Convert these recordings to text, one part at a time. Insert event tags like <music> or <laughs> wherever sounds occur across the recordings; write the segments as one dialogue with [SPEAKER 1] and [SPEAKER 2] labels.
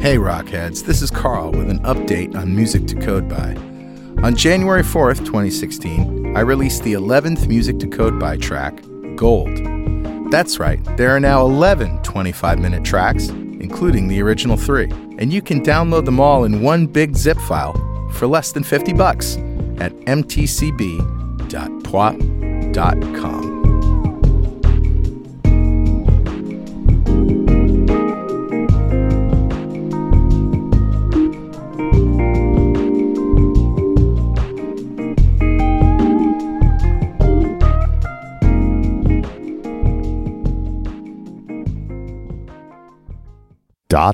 [SPEAKER 1] Rockheads. This is Carl with an update on Music to Code By. On January 4th, 2016, I released the 11th Music to Code By track, Gold. That's right, there are now 11 25 minute tracks, including the original three, and you can download them all in one big zip file for less than 50 bucks at mtcb.pwop.com.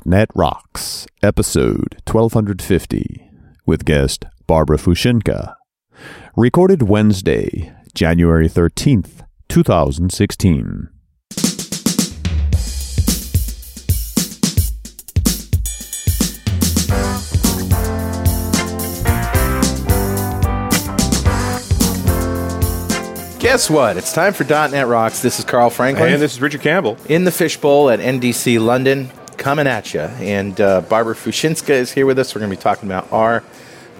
[SPEAKER 2] .NET Rocks, episode 1250, with guest Barbara Fushinka. Recorded Wednesday, January 13th, 2016.
[SPEAKER 1] Guess what? It's time for .NET Rocks. This is Carl Franklin.
[SPEAKER 3] And this is Richard Campbell.
[SPEAKER 1] in the fishbowl at NDC London, coming at you. And uh, Barbara Fushinska is here with us. We're going to be talking about R.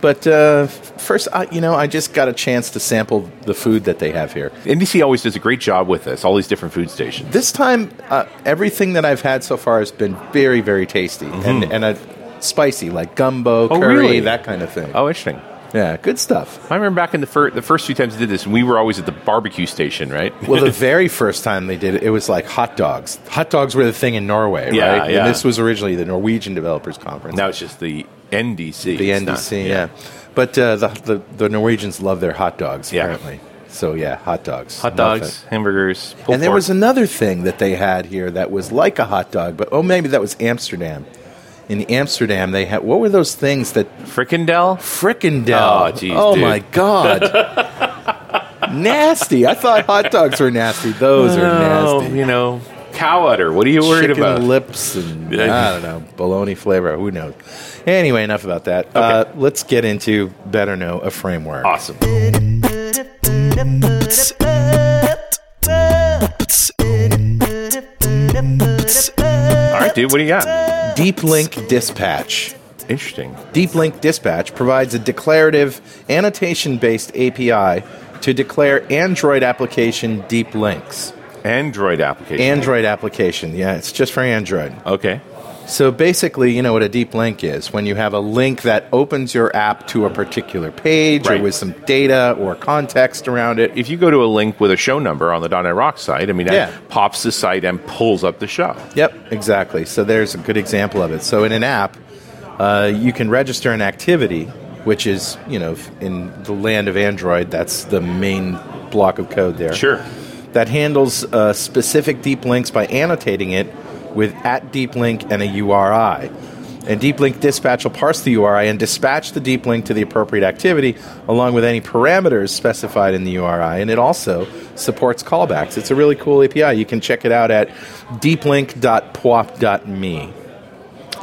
[SPEAKER 1] But uh, f- first, I, you know, I just got a chance to sample the food that they have here.
[SPEAKER 3] NBC always does a great job with us, all these different food stations.
[SPEAKER 1] This time, uh, everything that I've had so far has been very, very tasty and, and uh spicy, like gumbo,
[SPEAKER 3] Mm-hmm. Oh,
[SPEAKER 1] curry,
[SPEAKER 3] really?
[SPEAKER 1] that kind of thing.
[SPEAKER 3] Oh, interesting.
[SPEAKER 1] Yeah, good stuff.
[SPEAKER 3] I remember back in the, fir- the first few times we did this, and we were always at the barbecue station, right? <laughs>
[SPEAKER 1] Well, the very first time they did it, it was like hot dogs. Hot dogs were the thing in Norway,
[SPEAKER 3] Yeah,
[SPEAKER 1] right?
[SPEAKER 3] yeah.
[SPEAKER 1] And this was originally the Norwegian Developers Conference.
[SPEAKER 3] now it's just the NDC.
[SPEAKER 1] the NDC,
[SPEAKER 3] It's not-
[SPEAKER 1] yeah. But uh, the, the the Norwegians love their hot dogs
[SPEAKER 3] Yeah.
[SPEAKER 1] apparently. So yeah, hot dogs.
[SPEAKER 3] Hot
[SPEAKER 1] Love
[SPEAKER 3] dogs,
[SPEAKER 1] it.
[SPEAKER 3] hamburgers, pulled
[SPEAKER 1] And there
[SPEAKER 3] pork.
[SPEAKER 1] was another thing that they had here that was like a hot dog, but oh, maybe that was Amsterdam. In Amsterdam, they had what were those things that
[SPEAKER 3] Frickendell?
[SPEAKER 1] frickendel?
[SPEAKER 3] Oh, geez,
[SPEAKER 1] oh
[SPEAKER 3] dude.
[SPEAKER 1] my
[SPEAKER 3] <laughs>
[SPEAKER 1] god, nasty! I thought hot dogs were nasty. Those are
[SPEAKER 3] Oh,
[SPEAKER 1] nasty.
[SPEAKER 3] You know, cow udder. What are you worried
[SPEAKER 1] Chicken
[SPEAKER 3] about?
[SPEAKER 1] lips and
[SPEAKER 3] Yeah.
[SPEAKER 1] I don't know bologna flavor. Who knows? Anyway, enough about that. Uh, let's get into better know a framework.
[SPEAKER 3] awesome. All right, dude, what do you got?
[SPEAKER 1] Deep Link Dispatch.
[SPEAKER 3] Interesting.
[SPEAKER 1] Deep Link Dispatch provides a declarative, annotation based API to declare Android application deep links.
[SPEAKER 3] Android application.
[SPEAKER 1] Android application, yeah, it's just for Android.
[SPEAKER 3] okay.
[SPEAKER 1] So basically, you know what a deep link is when you have a link that opens your app to a particular page
[SPEAKER 3] Right.
[SPEAKER 1] or with some data or context around it.
[SPEAKER 3] If you go to a link with a show number on the .NET Rock site, I mean, that
[SPEAKER 1] Yeah.
[SPEAKER 3] pops the site and pulls up the show.
[SPEAKER 1] Yep, exactly. So there's a good example of it. So in an app, uh, you can register an activity, which is, you know, in the land of Android, that's the main block of code there.
[SPEAKER 3] Sure.
[SPEAKER 1] That handles uh, specific deep links by annotating it with at deep link and a URI. And deep link dispatch will parse the URI and dispatch the deep link to the appropriate activity along with any parameters specified in the URI. And it also supports callbacks. It's a really cool API. You can check it out at deeplink.pwop.me.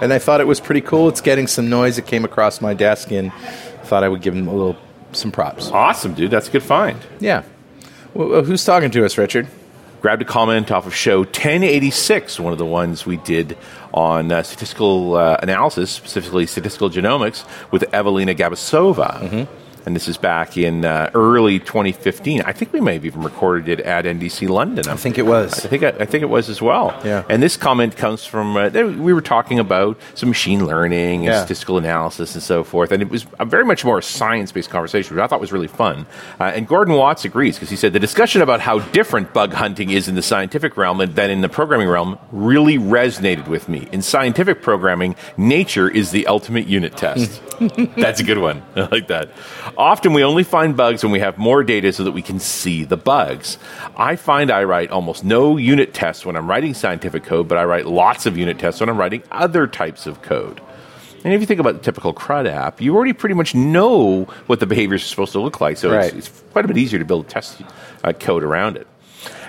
[SPEAKER 1] And I thought it was pretty cool. It's getting some noise. It came across my desk and thought I would give him a little some props.
[SPEAKER 3] Awesome, dude. That's a good find.
[SPEAKER 1] Yeah. Well, uh, who's talking to us, Richard?
[SPEAKER 3] Grabbed a comment off of show 1086, one of the ones we did on uh, statistical uh, analysis, specifically statistical genomics, with Evelina Gabasova. And this is back in uh, early 2015. I think we may have even recorded it at NDC London.
[SPEAKER 1] I think it was.
[SPEAKER 3] I think I, I think it was as well.
[SPEAKER 1] Yeah.
[SPEAKER 3] And this comment comes from uh, they- we were talking about some machine learning and
[SPEAKER 1] Yeah.
[SPEAKER 3] statistical analysis and so forth, and it was a very much more science based conversation, which I thought was really fun. Uh, and Gordon Watts agrees because he said the discussion about how different bug hunting is in the scientific realm and- than in the programming realm really resonated with me. In scientific programming, nature is the ultimate unit test.
[SPEAKER 1] <laughs>
[SPEAKER 3] That's a good one. <laughs> I like that. Often we only find bugs when we have more data so that we can see the bugs. I find I write almost no unit tests when I'm writing scientific code, but I write lots of unit tests when I'm writing other types of code. And if you think about the typical CRUD app, you already pretty much know what the behaviors are supposed to look like. So
[SPEAKER 1] Right.
[SPEAKER 3] it's, it's quite a bit easier to build test uh, code around it.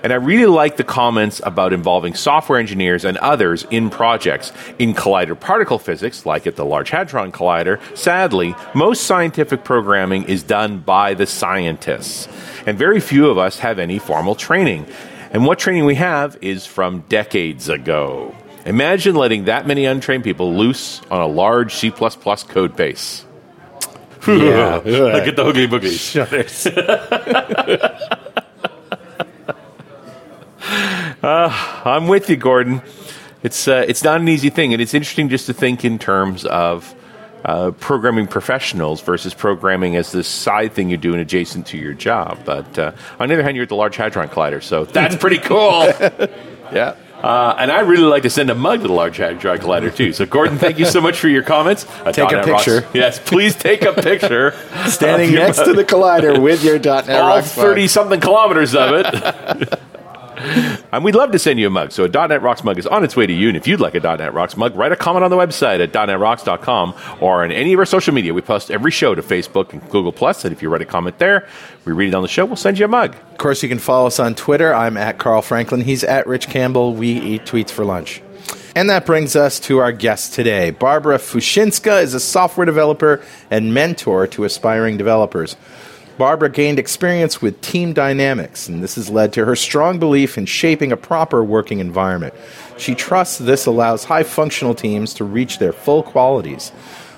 [SPEAKER 3] And I really like the comments about involving software engineers and others in projects. In collider particle physics, like at the Large Hadron Collider, sadly, most scientific programming is done by the scientists. And very few of us have any formal training. And what training we have is from decades ago. Imagine letting that many untrained people loose on a large C code <laughs> base.
[SPEAKER 4] Yeah.
[SPEAKER 3] Look at the hoogly <laughs> boogies.
[SPEAKER 4] Shudders.
[SPEAKER 3] I'm with you, Gordon. It's uh, it's not an easy thing, and it's interesting just to think in terms of uh, programming professionals versus programming as this side thing you do and adjacent to your job. But uh, on the other hand, you're at the Large Hadron Collider, so that's pretty cool. yeah. Uh, and I really like to send a mug to the Large Hadron Collider too. So, Gordon, thank you so much for your comments. Uh,
[SPEAKER 1] Take a
[SPEAKER 3] .NET Rocks-
[SPEAKER 1] picture.
[SPEAKER 3] Yes, please take a picture.
[SPEAKER 1] <laughs>
[SPEAKER 3] <laughs>
[SPEAKER 1] Standing
[SPEAKER 3] of your
[SPEAKER 1] next
[SPEAKER 3] mug.
[SPEAKER 1] to the collider with your .NET
[SPEAKER 3] all
[SPEAKER 1] Rocks mug.
[SPEAKER 3] 30 something kilometers of it. and we'd love to send you a mug. So a .NET Rocks mug is on its way to you. And if you'd like a .NET Rocks mug, write a comment on the website at .NETRocks.com or on any of our social media. We post every show to Facebook and Google Plus. And if you write a comment there, we read it on the show. We'll send you a mug.
[SPEAKER 1] Of course, you can follow us on Twitter. I'm at Carl Franklin. He's at Rich Campbell. We eat tweets for lunch. And that brings us to our guest today. Barbara Fushinska is a software developer and mentor to aspiring developers. Barbara gained experience with team dynamics, and this has led to her strong belief in shaping a proper working environment. She trusts this allows high functional teams to reach their full qualities.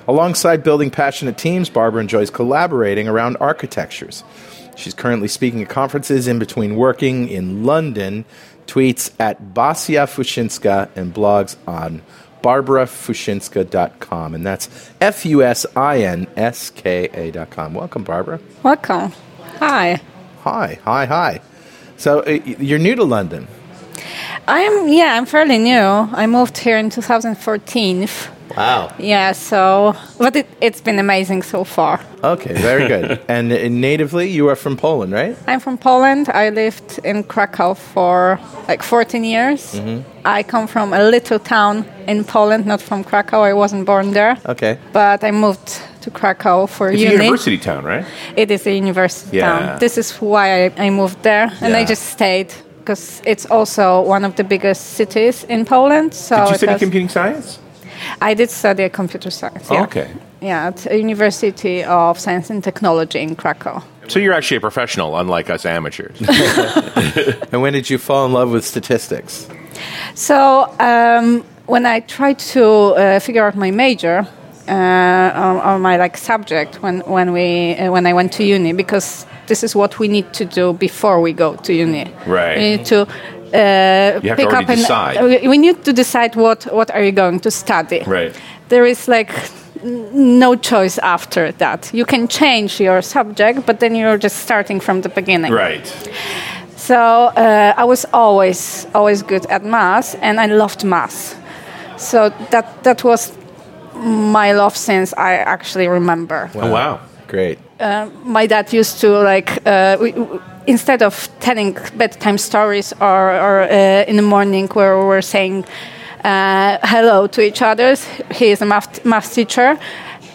[SPEAKER 1] Alongside building passionate teams, Barbara enjoys collaborating around architectures. She's currently speaking at conferences in between working in London, tweets at Basia Fushinska, and blogs on barbarafushinska.com. And that's F U S I N S K A.com. Welcome, Barbara.
[SPEAKER 5] Welcome. Hi.
[SPEAKER 1] Hi, hi, hi. So uh, you're new to London.
[SPEAKER 5] I'm yeah, I'm fairly new. I moved here in 2014.
[SPEAKER 1] Wow.
[SPEAKER 5] Yeah, so but it, it's been amazing so far.
[SPEAKER 1] Okay, very good. and uh, natively, you are from Poland, right?
[SPEAKER 5] I'm from Poland. I lived in Krakow for like 14 years.
[SPEAKER 3] Mm-hmm.
[SPEAKER 5] I come from a little town in Poland, not from Krakow. I wasn't born there.
[SPEAKER 1] Okay.
[SPEAKER 5] But I moved to Krakow for
[SPEAKER 3] It's a
[SPEAKER 5] uni.
[SPEAKER 3] university town, right?
[SPEAKER 5] It is a university
[SPEAKER 3] Yeah.
[SPEAKER 5] town. This is why I, I moved there, and I
[SPEAKER 3] Yeah.
[SPEAKER 5] just stayed because it's also one of the biggest cities in Poland. So
[SPEAKER 3] Did you
[SPEAKER 5] Oh, it
[SPEAKER 3] study
[SPEAKER 5] has-
[SPEAKER 3] computing science?
[SPEAKER 5] I did study computer science.
[SPEAKER 3] Oh,
[SPEAKER 5] yeah.
[SPEAKER 3] okay.
[SPEAKER 5] Yeah, at a University of Science and Technology in Krakow.
[SPEAKER 3] So you're actually a professional, unlike us amateurs.
[SPEAKER 1] And when did you fall in love with statistics?
[SPEAKER 5] So um, when I tried to uh, figure out my major uh, or, or my like subject when when we uh, when I went to uni because this is what we need to do before we go to uni.
[SPEAKER 3] Right.
[SPEAKER 5] We need to. Uh, oh,
[SPEAKER 3] You have to
[SPEAKER 5] pick
[SPEAKER 3] already
[SPEAKER 5] up and
[SPEAKER 3] decide.
[SPEAKER 5] we- we need to decide what what are you going to study.
[SPEAKER 3] Right.
[SPEAKER 5] There is like n- no choice after that. You can change your subject, but then you're just starting from the beginning.
[SPEAKER 3] right.
[SPEAKER 5] So uh, I was always always good at math, and I loved math. So that that was my love since I actually remember.
[SPEAKER 3] Oh, wow.
[SPEAKER 1] Great.
[SPEAKER 5] My dad used to like. Uh, we, we- Instead of telling bedtime stories or, or uh, in the morning where we were saying uh, hello to each other, he is a math, math teacher.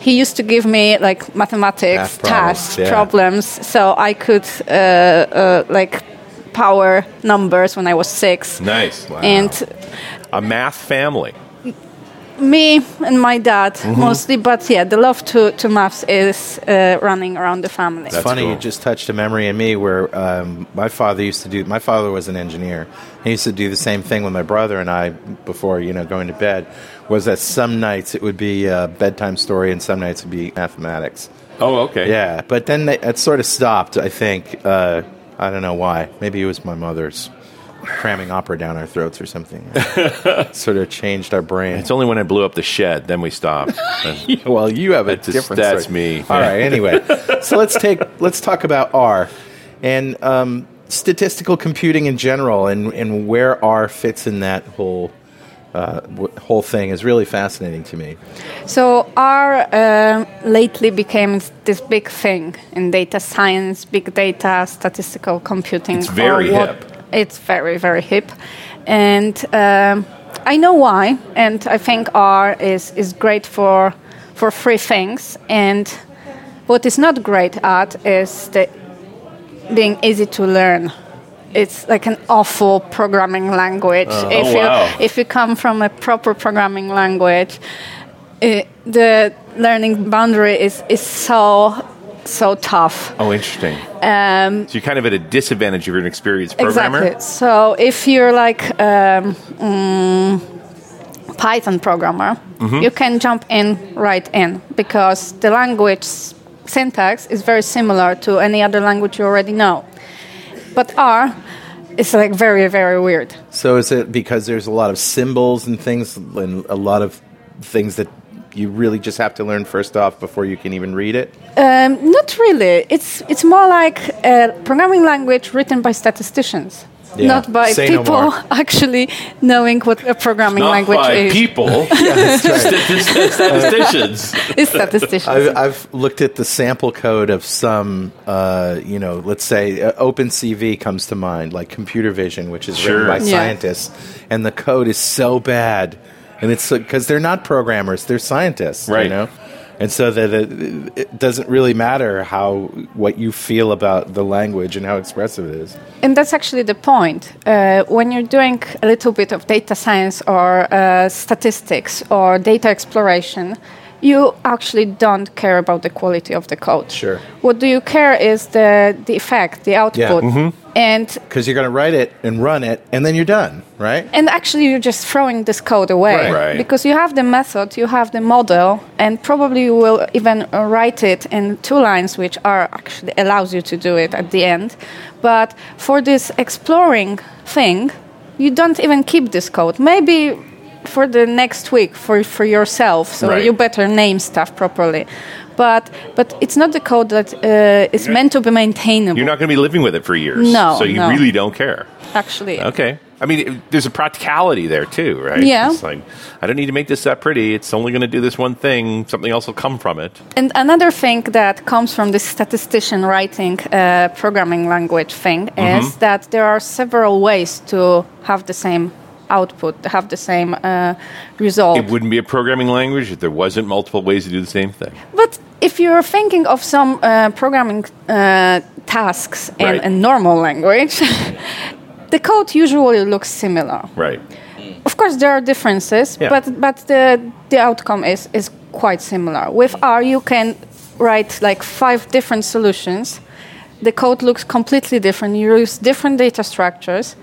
[SPEAKER 5] He used to give me like mathematics
[SPEAKER 1] Math problems,
[SPEAKER 5] tasks,
[SPEAKER 1] yeah.
[SPEAKER 5] problems, so I could uh, uh, like power numbers when I was six.
[SPEAKER 3] Nice. Wow.
[SPEAKER 5] And
[SPEAKER 3] a math family.
[SPEAKER 5] me and my dad
[SPEAKER 1] Mm-hmm.
[SPEAKER 5] mostly, but yeah, the love to, to maths is uh, running around the family.
[SPEAKER 1] It's funny
[SPEAKER 3] cool.
[SPEAKER 1] you just touched a memory in me where um, my father used to do. My father was an engineer. He used to do the same thing with my brother and I before you know going to bed. Was that some nights it would be a bedtime story and some nights it'd be mathematics.
[SPEAKER 3] Oh, okay.
[SPEAKER 1] Yeah, but then they, it sort of stopped. I think uh, I don't know why. Maybe it was my mother's cramming opera down our throats or something. sort of changed our brain.
[SPEAKER 3] It's only when I blew up the shed, then we
[SPEAKER 5] <laughs>
[SPEAKER 3] stopped.
[SPEAKER 1] Well, you have a
[SPEAKER 3] That's just-
[SPEAKER 1] different.
[SPEAKER 3] that's
[SPEAKER 1] story.
[SPEAKER 3] me.
[SPEAKER 1] All right. <laughs> Anyway, so let's take let's talk about R, and um, statistical computing in general, and and where R fits in that whole uh, w- whole thing is really fascinating to me.
[SPEAKER 5] So R um lately became this big thing in data science, big data, statistical computing.
[SPEAKER 3] It's very
[SPEAKER 5] or what-
[SPEAKER 3] hip.
[SPEAKER 5] It's very very hip, and um, I know why. And I think R is is great for for three things. And what is not great at is the being easy to learn. It's like an awful programming language. if
[SPEAKER 3] Oh,
[SPEAKER 5] you
[SPEAKER 3] wow.
[SPEAKER 5] if you come from a proper programming language, eh, the learning boundary is is so so tough.
[SPEAKER 3] Oh, interesting. Um, so you're kind of at a disadvantage if you're an experienced programmer.
[SPEAKER 5] Exactly. So if you're like um, mm, Python programmer,
[SPEAKER 1] Mm-hmm.
[SPEAKER 6] Mhm.
[SPEAKER 5] you can jump in right in because the language s- syntax is very similar to any other language you already know. But R is like very, very weird.
[SPEAKER 1] So is it because there's a lot of symbols and things and a lot of things that you really just have to learn first off before you can even read it?
[SPEAKER 5] Um, not really. It's it's more like a programming language written by statisticians,
[SPEAKER 1] Yeah.
[SPEAKER 5] not by
[SPEAKER 1] Say no
[SPEAKER 5] people
[SPEAKER 1] more.
[SPEAKER 5] <laughs> actually knowing what a programming
[SPEAKER 3] Not
[SPEAKER 5] language
[SPEAKER 3] by
[SPEAKER 5] is. <laughs>
[SPEAKER 3] people. <laughs>
[SPEAKER 5] Uh,
[SPEAKER 3] Statis- statisticians.
[SPEAKER 5] It's
[SPEAKER 1] <laughs>
[SPEAKER 5] statisticians.
[SPEAKER 1] I've, I've looked at the sample code of some, uh, you know, let's say uh, OpenCV comes to mind, like computer vision, which is
[SPEAKER 3] Sure.
[SPEAKER 1] written by
[SPEAKER 3] Yeah.
[SPEAKER 1] scientists, and the code is so bad, and it's because they're not programmers, they're scientists,
[SPEAKER 3] Right.
[SPEAKER 1] You know, and so that it, it doesn't really matter how what you feel about the language and how expressive it is.
[SPEAKER 5] And that's actually the point. Uh, when you're doing a little bit of data science or uh, statistics or data exploration, you actually don't care about the quality of the code.
[SPEAKER 1] Sure.
[SPEAKER 5] What do you care is the, the effect, the output.
[SPEAKER 1] Mhm.
[SPEAKER 5] And
[SPEAKER 1] Because you're going to write it and run it, and then you're done, right?
[SPEAKER 5] and actually you're just throwing this code away
[SPEAKER 1] Right. Right.
[SPEAKER 5] because you have the method you have the model and probably you will even uh, write it in two lines which are actually allows you to do it at the end but for this exploring thing you don't even keep this code maybe for the next week for, for yourself so
[SPEAKER 7] Right.
[SPEAKER 5] you better name stuff properly but but it's not the code that uh, is meant to be maintainable
[SPEAKER 3] You're not going to be living with it for years.
[SPEAKER 5] No,
[SPEAKER 3] So you
[SPEAKER 5] no.
[SPEAKER 3] really don't care.
[SPEAKER 5] actually
[SPEAKER 3] Okay. I mean, it- there's a practicality there too, right?
[SPEAKER 5] Yeah.
[SPEAKER 3] It's like, I don't need to make this that pretty. It's only going to do this one thing. Something else will come from it.
[SPEAKER 5] And another thing that comes from this statistician writing uh, programming language thing is
[SPEAKER 3] Mhm.
[SPEAKER 5] that there are several ways to have the same output, have the same uh, result.
[SPEAKER 3] It wouldn't be a programming language if there wasn't multiple ways to do the same thing.
[SPEAKER 5] But if you're thinking of some uh, programming uh, tasks in
[SPEAKER 3] Right.
[SPEAKER 5] a normal language, <laughs> the code usually looks similar.
[SPEAKER 3] Right.
[SPEAKER 5] Of course, there are differences,
[SPEAKER 3] Yeah.
[SPEAKER 5] but but the the outcome is is quite similar. With R, you can write like five different solutions. The code looks completely different. You use different data structures.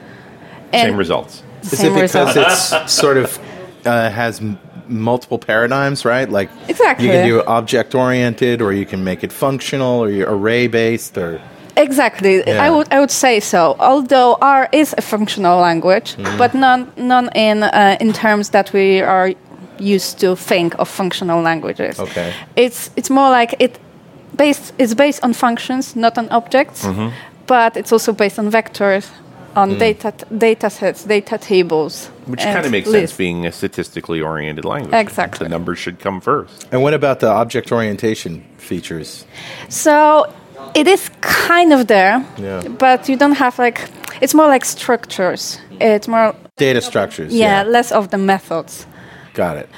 [SPEAKER 5] And
[SPEAKER 3] same results.
[SPEAKER 1] Is
[SPEAKER 5] Same
[SPEAKER 1] it because
[SPEAKER 5] results.
[SPEAKER 1] it's sort of uh, has m- multiple paradigms, right? Like
[SPEAKER 5] Exactly.
[SPEAKER 1] you can do object oriented, or you can make it functional, or you're array based, or
[SPEAKER 5] Exactly. I
[SPEAKER 1] Yeah.
[SPEAKER 5] would I would say so. Although R is a functional language,
[SPEAKER 3] Mm-hmm.
[SPEAKER 1] Mhm.
[SPEAKER 5] but none none in uh, in terms that we are used to think of functional languages.
[SPEAKER 8] Okay.
[SPEAKER 5] It's it's more like it based it's based on functions, not on objects.
[SPEAKER 8] Mhm.
[SPEAKER 5] But it's also based on vectors, on
[SPEAKER 3] Mm-hmm. Mm.
[SPEAKER 5] data data sets, data tables,
[SPEAKER 3] Which
[SPEAKER 5] and
[SPEAKER 3] kind of makes
[SPEAKER 5] lists.
[SPEAKER 3] sense being a statistically oriented language.
[SPEAKER 5] Exactly.
[SPEAKER 3] The numbers should come first.
[SPEAKER 1] And what about the object orientation features?
[SPEAKER 5] So it is kind of there,
[SPEAKER 1] Yeah.
[SPEAKER 5] but you don't have like it's more like structures. It's more
[SPEAKER 1] Data structures.
[SPEAKER 5] yeah, less of the methods.
[SPEAKER 1] Got it.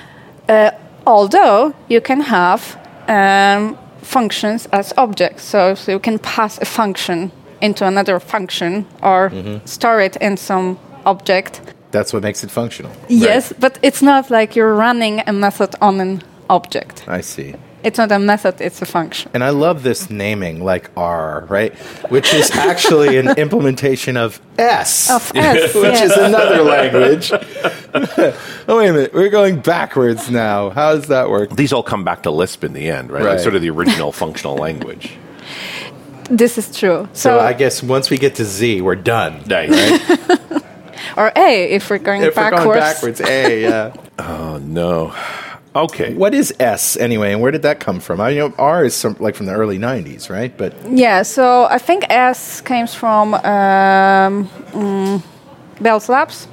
[SPEAKER 5] Uh, although you can have um, functions as objects, so, so you can pass a function into another function or
[SPEAKER 1] Mhm.
[SPEAKER 5] store it in some object.
[SPEAKER 1] That's what makes it functional.
[SPEAKER 5] Yes, but it's not like you're running a method on an object.
[SPEAKER 1] I see.
[SPEAKER 5] It's not a method; it's a function.
[SPEAKER 1] And I love this naming, like R, right? Which is actually
[SPEAKER 5] <laughs>
[SPEAKER 1] an implementation of S.
[SPEAKER 5] Of S,
[SPEAKER 1] <laughs> which
[SPEAKER 5] yes.
[SPEAKER 1] is another language. <laughs> oh, wait a minute. We're going backwards now. How does that work?
[SPEAKER 3] These all come back to Lisp in the end, right? Like
[SPEAKER 1] Right.
[SPEAKER 3] sort of the original <laughs> functional <laughs> language.
[SPEAKER 5] This is true.
[SPEAKER 1] So,
[SPEAKER 5] So,
[SPEAKER 1] I guess once we get to Z, we're done.
[SPEAKER 3] Nice.
[SPEAKER 5] or A if we're going
[SPEAKER 1] if
[SPEAKER 5] backwards.
[SPEAKER 1] we're going backwards, A, yeah.
[SPEAKER 3] oh, no. Okay.
[SPEAKER 1] What is S anyway, and where did that come from? I know R is some, like from the early 90s, right? But
[SPEAKER 5] Yeah, so I think S came from um, mm, Bell's Labs.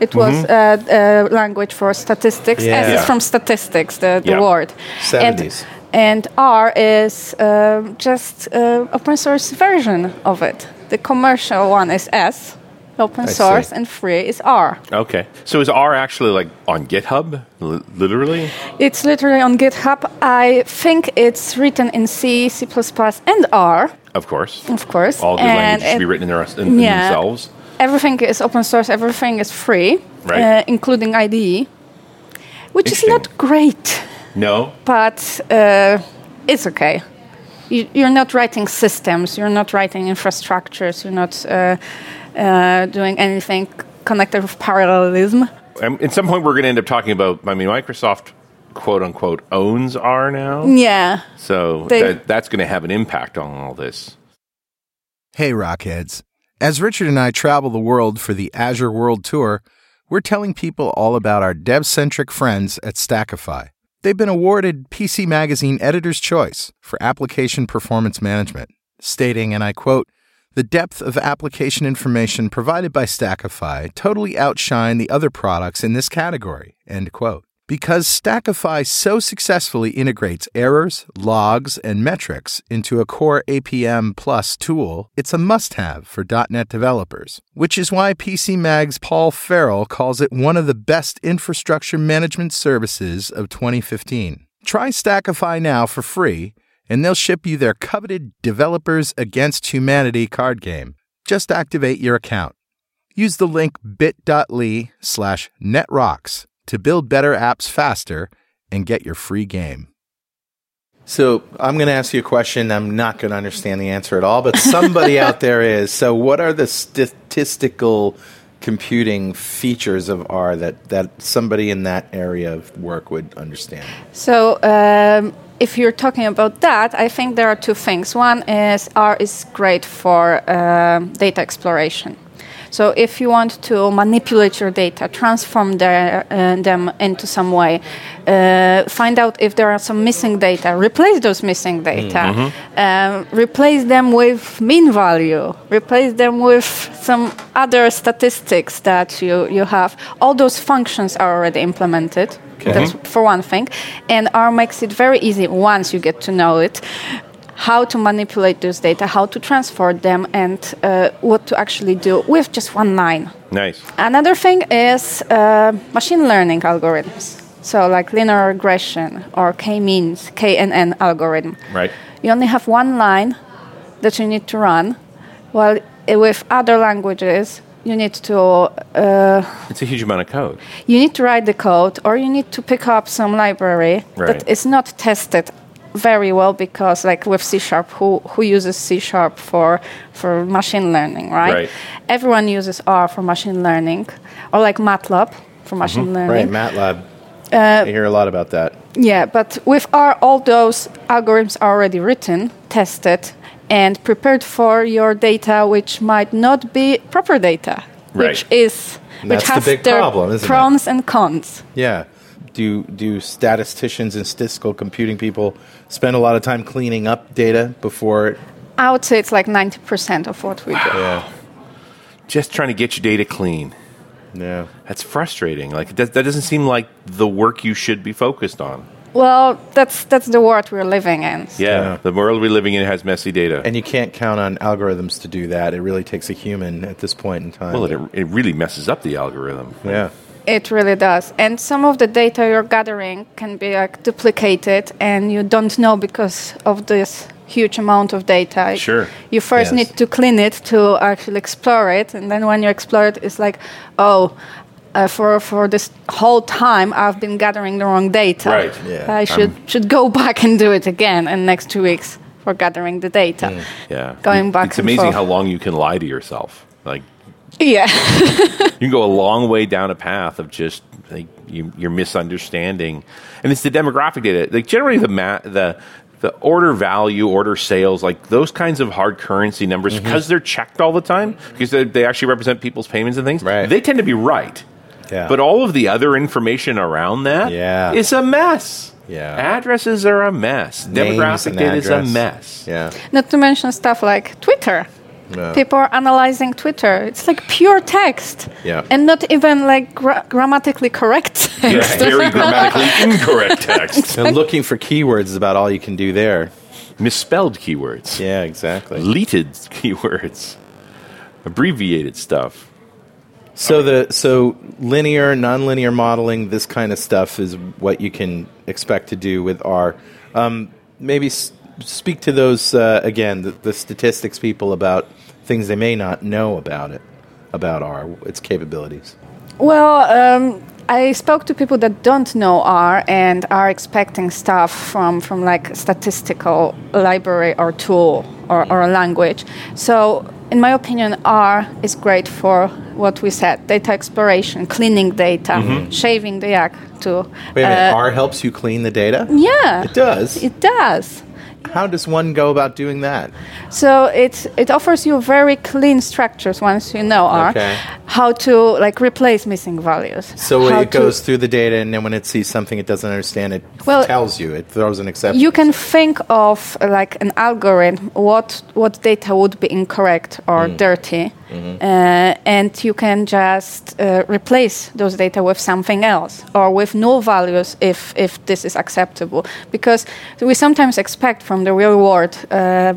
[SPEAKER 5] It was
[SPEAKER 1] Mhm.
[SPEAKER 3] Mm-hmm.
[SPEAKER 5] uh, a language for statistics.
[SPEAKER 1] Yeah.
[SPEAKER 5] S is
[SPEAKER 1] Yeah.
[SPEAKER 5] from statistics, the, the
[SPEAKER 1] Yeah.
[SPEAKER 5] word. And,
[SPEAKER 1] 70s.
[SPEAKER 5] and R is um just uh, open source version of it. The commercial one is S, open
[SPEAKER 3] I see.
[SPEAKER 5] source, and free is R.
[SPEAKER 3] Okay. So is R actually like on GitHub? L- literally?
[SPEAKER 5] It's literally on GitHub. I think it's written in C, C++, and R,
[SPEAKER 3] Of course.
[SPEAKER 5] of course.
[SPEAKER 3] All good
[SPEAKER 5] And
[SPEAKER 3] languages should
[SPEAKER 5] it-
[SPEAKER 3] be written in, their, in, in
[SPEAKER 5] Yeah.
[SPEAKER 3] themselves.
[SPEAKER 5] Everything is open source, everything is free,
[SPEAKER 3] Right.
[SPEAKER 5] uh, including IDE, which is not great,
[SPEAKER 3] No?
[SPEAKER 5] but uh, it's okay. You, you're not writing systems, you're not writing infrastructures, you're not uh, uh, doing anything connected with parallelism.
[SPEAKER 3] um, at some point we're going to end up talking about. I mean, Microsoft, quote unquote, owns R now.
[SPEAKER 5] Yeah.
[SPEAKER 3] So
[SPEAKER 5] Mm. They-
[SPEAKER 3] that, that's going to have an impact on all this.
[SPEAKER 9] Hey, Rockheads. As Richard and I travel the world for the Azure World Tour, we're telling people all about our dev centric friends at Stackify. They've been awarded PC Magazine Editor's Choice for Application Performance Management, stating, and I quote, the depth of application information provided by Stackify totally outshine the other products in this category, end quote. Because Stackify so successfully integrates errors, logs, and metrics into a core APM Plus tool, it's a must have for .NET developers, which is why PC Mag's Paul Farrell calls it one of the best infrastructure management services of 2015. Try Stackify now for free, and they'll ship you their coveted Developers Against Humanity card game. Just activate your account. Use the link bit.ly slash netrocks to build better apps faster and get your free game.
[SPEAKER 1] So I'm going to ask you a question. I'm not going to understand the answer at all, but somebody
[SPEAKER 9] <laughs>
[SPEAKER 1] out there is. So what are the statistical computing features of R that, that somebody in that area of work would understand?
[SPEAKER 5] So, um, if you're talking about that, I think there are two things. One is R is great for um data exploration. So, if you want to manipulate your data, transform their, uh, them into some way, uh, find out if there are some missing data, replace those missing data,
[SPEAKER 6] Mhm.
[SPEAKER 5] um, replace them with mean value, replace them with some other statistics that you, you have. All those functions are already implemented.
[SPEAKER 7] Okay.
[SPEAKER 5] That's for one thing. And R makes it very easy once you get to know it how to manipulate those data, how to transfer them, and uh, what to actually do with just one line.
[SPEAKER 3] Nice.
[SPEAKER 5] Another thing is uh, machine learning algorithms. So, like linear regression or k means, KNN algorithm.
[SPEAKER 3] Right.
[SPEAKER 5] You only have one line that you need to run, while uh, with other languages, you need to uh,
[SPEAKER 3] It's a huge amount of code.
[SPEAKER 5] you need to write the code or you need to pick up some library
[SPEAKER 3] Right.
[SPEAKER 5] that is not tested very well because like with C sharp who who uses C sharp for for machine learning right?
[SPEAKER 1] Right.
[SPEAKER 5] everyone uses R for machine learning or like MATLAB for machine
[SPEAKER 1] Mm-hmm. Right,
[SPEAKER 5] learning
[SPEAKER 1] MATLAB.
[SPEAKER 5] Uh,
[SPEAKER 1] I hear a lot about that.
[SPEAKER 5] yeah, but with R, all those algorithms are already written, tested, and prepared for your data, which might not be proper data, which
[SPEAKER 1] Right.
[SPEAKER 5] is
[SPEAKER 1] And
[SPEAKER 5] which
[SPEAKER 1] that's the
[SPEAKER 5] has
[SPEAKER 1] big
[SPEAKER 5] their
[SPEAKER 1] problem, isn't it?
[SPEAKER 5] pros and cons.
[SPEAKER 1] Yeah. Do do statisticians and statistical computing people spend a lot of time cleaning up data before it?
[SPEAKER 5] I would say it's like ninety percent of what we do.
[SPEAKER 3] Yeah. Just trying to get your data clean.
[SPEAKER 1] Yeah.
[SPEAKER 3] That's frustrating. Like it does, that doesn't seem like the work you should be focused on.
[SPEAKER 5] Well, that's that's the world we're living in.
[SPEAKER 3] Yeah. The world we're living in has messy data.
[SPEAKER 1] And you can't count on algorithms to do that. It really takes a human at this point in time.
[SPEAKER 3] Well, it, it really messes up the algorithm.
[SPEAKER 1] Yeah.
[SPEAKER 5] It really does. And some of the data you're gathering can be like duplicated and you don't know because of this huge amount of data.
[SPEAKER 3] Sure.
[SPEAKER 5] You first
[SPEAKER 3] Yes.
[SPEAKER 5] need to clean it to actually explore it and then when you explore it it's like, oh, uh, for for this whole time I've been gathering the wrong data.
[SPEAKER 3] Right. Yeah.
[SPEAKER 5] I should
[SPEAKER 3] I'm-
[SPEAKER 5] should go <laughs> back and do it again in next 2 weeks for gathering the data.
[SPEAKER 3] Hmm. Yeah.
[SPEAKER 5] Going back
[SPEAKER 3] It's
[SPEAKER 5] and
[SPEAKER 3] amazing
[SPEAKER 5] forth.
[SPEAKER 3] how long you can lie to yourself. Like
[SPEAKER 5] Yeah.
[SPEAKER 3] you can go a long way down a path of just like you, you're misunderstanding, and it's the demographic data. Like generally the ma- the the order value, order sales, like those kinds of hard currency numbers,
[SPEAKER 1] Mm-hmm.
[SPEAKER 3] because they're checked all the time, because they, they actually represent people's payments and things. Right. They tend to be right.
[SPEAKER 1] Yeah.
[SPEAKER 3] But all of the other information around that is
[SPEAKER 1] Yeah.
[SPEAKER 3] a mess.
[SPEAKER 1] Yeah.
[SPEAKER 3] Addresses are a mess.
[SPEAKER 1] Names
[SPEAKER 3] Demographic
[SPEAKER 1] and
[SPEAKER 3] data is a
[SPEAKER 1] address.
[SPEAKER 3] mess.
[SPEAKER 1] Yeah.
[SPEAKER 5] Not to mention stuff like Twitter. People are analyzing Twitter. It's like pure text.
[SPEAKER 3] Yeah.
[SPEAKER 5] And not even like gra- grammatically correct <laughs> text.
[SPEAKER 1] <laughs>
[SPEAKER 3] incorrect text.
[SPEAKER 1] and looking for keywords is about all you can do there.
[SPEAKER 3] Misspelled keywords.
[SPEAKER 1] Yeah, exactly.
[SPEAKER 3] Deleted <laughs> keywords. Abbreviated stuff.
[SPEAKER 1] So the so linear, nonlinear modeling, this kind of stuff is what you can expect to do with R. Um, maybe s- speak to those uh, again, the, the statistics people about things they may not know about it, about R, its capabilities.
[SPEAKER 5] <laughs> Well, um, I spoke to people that don't know R and are expecting stuff from, from like statistical library or tool or, or a language. So, in my opinion, R is great for what we said data exploration, cleaning data,
[SPEAKER 1] Mhm.
[SPEAKER 5] shaving the yak to.
[SPEAKER 1] Wait a minute.
[SPEAKER 5] uh,
[SPEAKER 1] R helps you clean the data.
[SPEAKER 5] yeah.
[SPEAKER 1] It does.
[SPEAKER 5] It does.
[SPEAKER 1] How does one go about doing that?
[SPEAKER 5] So it it offers you very clean structures once you know R,
[SPEAKER 1] Okay.
[SPEAKER 5] how to like replace missing values.
[SPEAKER 1] So
[SPEAKER 5] how
[SPEAKER 1] it
[SPEAKER 5] to-
[SPEAKER 1] goes through the data, and then when it sees something it doesn't understand, it
[SPEAKER 5] Well,
[SPEAKER 1] tells you. It throws an exception.
[SPEAKER 5] You can think of uh, like an algorithm what what data would be incorrect or
[SPEAKER 1] Mm.
[SPEAKER 5] dirty,
[SPEAKER 1] Mhm.
[SPEAKER 5] uh, and you can just uh, replace those data with something else or with null values if if this is acceptable. Because we sometimes expect from the real world, uh,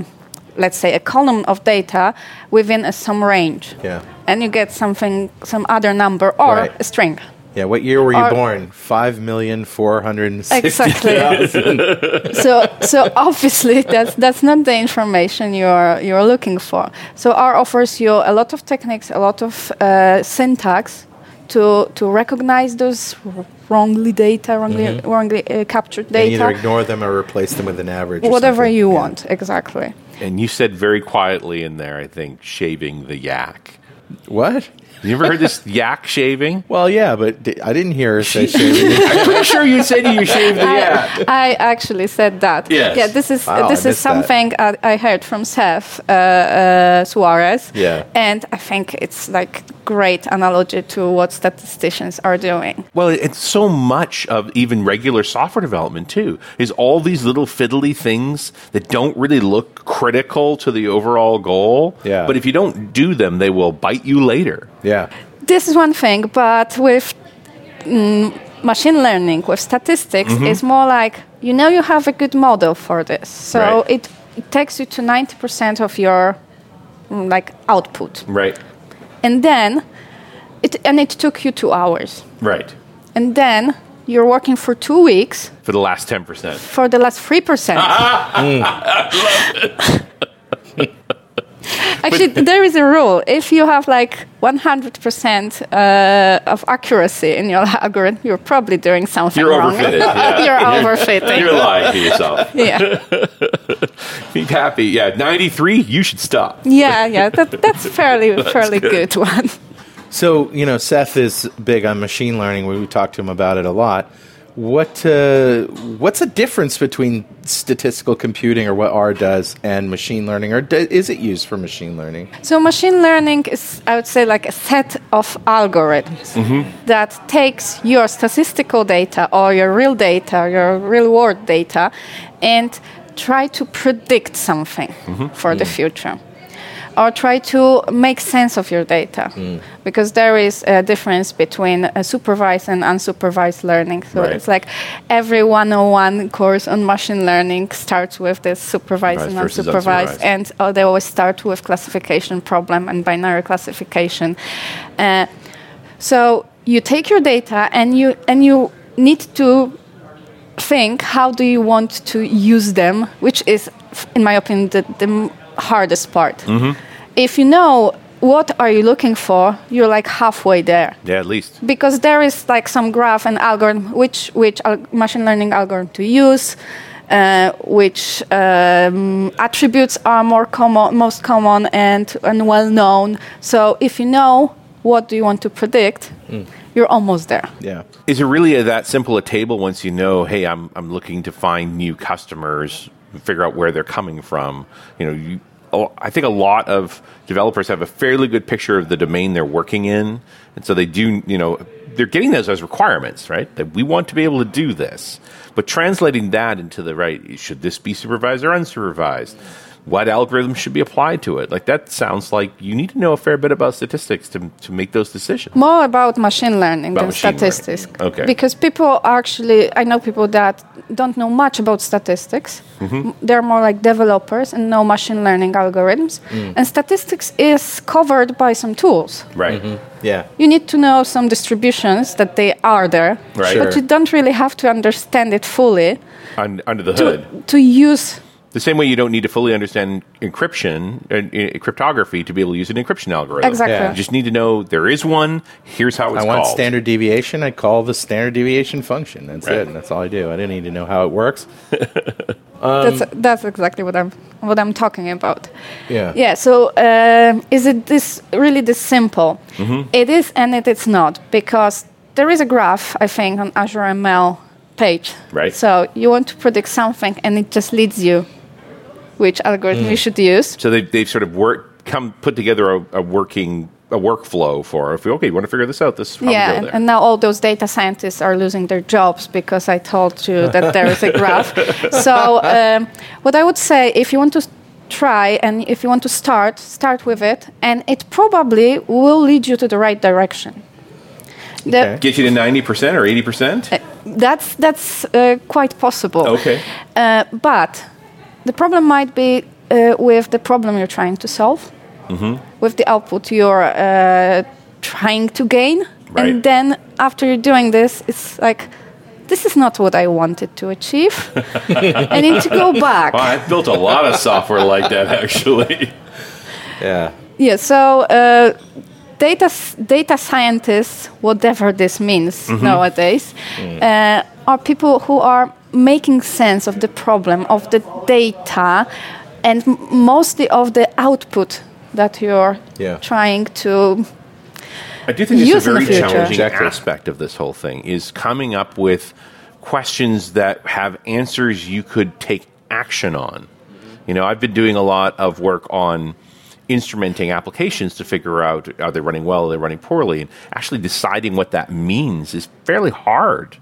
[SPEAKER 5] let's say, a column of data within a some range,
[SPEAKER 1] yeah.
[SPEAKER 5] and you get something some other number or
[SPEAKER 1] Right.
[SPEAKER 5] a
[SPEAKER 1] <laughs>
[SPEAKER 5] string.
[SPEAKER 1] Yeah. What year were you
[SPEAKER 5] Or-
[SPEAKER 1] born? Five million four hundred sixty
[SPEAKER 5] Exactly.
[SPEAKER 1] thousand.
[SPEAKER 5] so so obviously that's that's not the information you're you're looking for. So R offers you a lot of techniques, a lot of uh, syntax to to recognize those wrongly data, wrongly
[SPEAKER 1] Mhm.
[SPEAKER 5] wrongly uh, captured
[SPEAKER 1] And either
[SPEAKER 5] data,
[SPEAKER 1] ignore them or replace them with an average. or
[SPEAKER 5] whatever
[SPEAKER 1] something.
[SPEAKER 5] you want exactly.
[SPEAKER 3] And you said very quietly in there, I think, shaving the yak.
[SPEAKER 1] What?
[SPEAKER 3] You ever heard <laughs> this yak shaving?
[SPEAKER 1] Well, yeah, but di- I didn't hear her
[SPEAKER 3] <laughs>
[SPEAKER 1] say shaving.
[SPEAKER 3] I'm pretty sure you said you <laughs> shaved the yak.
[SPEAKER 5] I, I actually said that.
[SPEAKER 3] Yes.
[SPEAKER 5] Yeah, this is
[SPEAKER 1] Wow, I
[SPEAKER 5] this is
[SPEAKER 1] missed that.
[SPEAKER 5] something I, I heard from Seth uh, uh, Suarez.
[SPEAKER 1] Yeah.
[SPEAKER 5] and I think it's like great analogy to what statisticians are doing.
[SPEAKER 3] Well, it's so much of even regular software development too is all these little fiddly things that don't really look critical to the overall goal.
[SPEAKER 1] Yeah.
[SPEAKER 3] But if you don't do them, they will bite you later.
[SPEAKER 1] Yeah.
[SPEAKER 5] This is one thing, but with mm, machine learning, with statistics,
[SPEAKER 3] Mhm.
[SPEAKER 5] it's more like you know you have a good model for this, so
[SPEAKER 3] Right.
[SPEAKER 5] it, it takes you to ninety percent of your mm, like output,
[SPEAKER 3] Right.
[SPEAKER 5] and then it and it took you two hours,
[SPEAKER 3] Right.
[SPEAKER 5] and then you're working for two weeks
[SPEAKER 3] For the last ten percent.
[SPEAKER 5] for the last three percent. <laughs> Actually, there is a rule. If you have like 100% uh, of accuracy in your <laughs> algorithm, you're probably doing something
[SPEAKER 3] You're
[SPEAKER 5] wrong. <laughs>
[SPEAKER 3] overfitted. yeah.
[SPEAKER 5] You're
[SPEAKER 3] <laughs>
[SPEAKER 5] overfitting.
[SPEAKER 3] You're lying to yourself. <laughs>
[SPEAKER 5] Yeah,
[SPEAKER 3] Be happy. Yeah. Ninety three. You should stop.
[SPEAKER 5] yeah, yeah. That, that's fairly, fairly
[SPEAKER 3] good.
[SPEAKER 5] good. one.
[SPEAKER 1] So you know, Seth is big on machine learning. We talk to him about it a lot. What uh, what's the difference between statistical computing or what R does and machine learning, or d- is it used for machine learning?
[SPEAKER 5] So machine learning is, I would say, like a set of algorithms that takes your statistical data or your real data, your real world data, and try to predict something for the future. Or try to make sense of your data, because there is a difference between uh, supervised and unsupervised learning. So
[SPEAKER 3] Right.
[SPEAKER 5] it's like every 101 course on machine learning starts with this supervised and
[SPEAKER 3] Supervised versus
[SPEAKER 5] unsupervised,
[SPEAKER 3] unsupervised.
[SPEAKER 5] and uh, they always start with classification problem and binary classification. Uh, so you take your data and you and you need to think how do you want to use them, which is, f- in my opinion, the, the m- hardest part. If you know what are you looking for, you're like halfway there
[SPEAKER 3] Yeah. At least.
[SPEAKER 5] because there is like some graph and algorithm which which al- machine learning algorithm to use uh, which um, attributes are more common most common and, and well known so if you know what do you want to predict you're almost there
[SPEAKER 1] Yeah.
[SPEAKER 3] Is it really that simple a table once you know, hey, I'm, I'm looking to find new customers, figure out where they're coming from? You know, you, oh, I think a lot of developers have a fairly good picture of the domain they're working in. And so they do, you know, they're getting those as requirements, right? That we want to be able to do this. But translating that into the right, should this be supervised or unsupervised? What algorithm should be applied to it? Like that sounds like you need to know a fair bit about statistics to, to make those decisions.
[SPEAKER 5] more about machine learning
[SPEAKER 3] About
[SPEAKER 5] than
[SPEAKER 3] machine learning.
[SPEAKER 5] statistics
[SPEAKER 3] Okay.
[SPEAKER 5] because people actually i know people that don't know much about statistics
[SPEAKER 3] Mm-hmm.
[SPEAKER 5] M- they're more like developers and know machine learning algorithms
[SPEAKER 3] Mm.
[SPEAKER 5] and statistics is covered by some tools
[SPEAKER 3] Right.
[SPEAKER 1] Yeah.
[SPEAKER 5] you need to know some distributions that they are there
[SPEAKER 3] Right.
[SPEAKER 5] but
[SPEAKER 1] Sure.
[SPEAKER 5] you don't really have to understand it fully
[SPEAKER 3] Un- under the
[SPEAKER 5] to,
[SPEAKER 3] hood.
[SPEAKER 5] to use
[SPEAKER 3] The same way you don't need to fully understand encryption and uh, cryptography to be able to use an encryption algorithm.
[SPEAKER 5] Exactly. Yeah.
[SPEAKER 3] You just need to know there is one. Here's how it's
[SPEAKER 1] I want
[SPEAKER 3] called.
[SPEAKER 1] standard deviation. I call the standard deviation function. That's
[SPEAKER 3] Right.
[SPEAKER 1] it. And that's all I do. I didn't need to know how it works. Um,
[SPEAKER 5] that's that's exactly what I'm what I'm talking about.
[SPEAKER 1] Yeah.
[SPEAKER 5] Yeah. So uh, is it this really this simple?
[SPEAKER 6] Mhm.
[SPEAKER 5] It is, and it is not because there is a graph I think on Azure ML page.
[SPEAKER 6] Right.
[SPEAKER 5] So you want to predict something, and it just leads you which algorithm you should use.
[SPEAKER 3] So they've, they've sort of worked, come put together a, a working a workflow for if we okay, you want to figure this out. This is how we
[SPEAKER 5] yeah,
[SPEAKER 3] go
[SPEAKER 5] and,
[SPEAKER 3] there.
[SPEAKER 5] and now all those data scientists are losing their jobs because I told
[SPEAKER 3] <laughs>
[SPEAKER 5] you that there is a graph. so um, what I would say, if you want to s- try and if you want to start, start with it, and it probably will lead you to the right direction. The-
[SPEAKER 3] Get you to ninety percent or eighty percent.
[SPEAKER 5] Eh. Uh, That's that's uh, quite possible.
[SPEAKER 3] Okay.
[SPEAKER 5] Uh, but the problem might be uh, with the problem you're trying to solve
[SPEAKER 6] Mm-hmm.
[SPEAKER 5] with the output you're uh, trying to gain.
[SPEAKER 6] Right.
[SPEAKER 5] And then after you're doing this, it's like, this is not what I wanted to
[SPEAKER 6] <laughs>
[SPEAKER 5] achieve. I need to go back.
[SPEAKER 3] Wow, I've built a lot of software like that <laughs> actually.
[SPEAKER 1] Yeah.
[SPEAKER 5] yeah, so uh, data, s- data scientists, whatever this means
[SPEAKER 6] Mhm.
[SPEAKER 5] nowadays,
[SPEAKER 6] Mm.
[SPEAKER 5] uh, are people who are making sense of the problem, of the data, and m- mostly of the output that you're
[SPEAKER 3] Yeah.
[SPEAKER 5] trying to
[SPEAKER 3] I do think it's
[SPEAKER 5] Use
[SPEAKER 3] a
[SPEAKER 5] in the
[SPEAKER 3] very
[SPEAKER 5] future.
[SPEAKER 3] challenging
[SPEAKER 5] Exactly.
[SPEAKER 3] aspect of this whole thing is coming up with questions that have answers you could take action on. You know, I've been doing a lot of work on instrumenting applications to figure out are they running well, are they running poorly, and actually deciding what that means is fairly hard.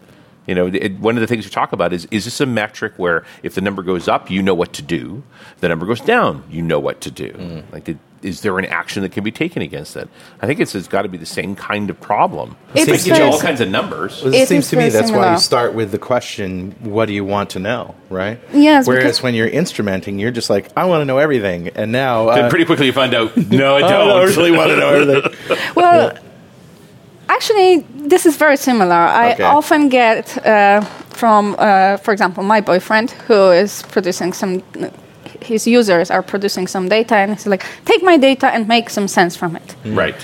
[SPEAKER 3] You know, it, one of the things we talk about is is this a metric where if the number goes up, you know what to do. If the number goes down, you know what to do. Like, did, is there an action that can be taken against that? I think it's, it's got to be the same kind of problem.
[SPEAKER 5] It
[SPEAKER 3] They
[SPEAKER 5] is
[SPEAKER 3] give you
[SPEAKER 5] very
[SPEAKER 3] all
[SPEAKER 5] sim-
[SPEAKER 3] kinds of numbers.
[SPEAKER 1] Well, it,
[SPEAKER 5] It
[SPEAKER 1] seems
[SPEAKER 5] is
[SPEAKER 1] to me
[SPEAKER 5] very
[SPEAKER 1] that's why
[SPEAKER 5] similar.
[SPEAKER 1] you start with the question, "What do you want to know?" Right?
[SPEAKER 5] Yes,
[SPEAKER 1] Whereas
[SPEAKER 5] because-
[SPEAKER 1] when you're instrumenting, you're just like, "I want to know everything," and now
[SPEAKER 3] then
[SPEAKER 1] uh, "Oh,
[SPEAKER 3] pretty quickly you find <laughs> out, no, I
[SPEAKER 1] I
[SPEAKER 3] don't.
[SPEAKER 1] don't really want to know
[SPEAKER 5] <laughs>
[SPEAKER 1] everything.
[SPEAKER 5] Well, actually, this is very similar. I
[SPEAKER 1] Okay.
[SPEAKER 5] often get uh, from, uh, for example, my boyfriend who is producing some. His users are producing some data, and he's like, "Take my data and make some sense from it."
[SPEAKER 3] <laughs> Right.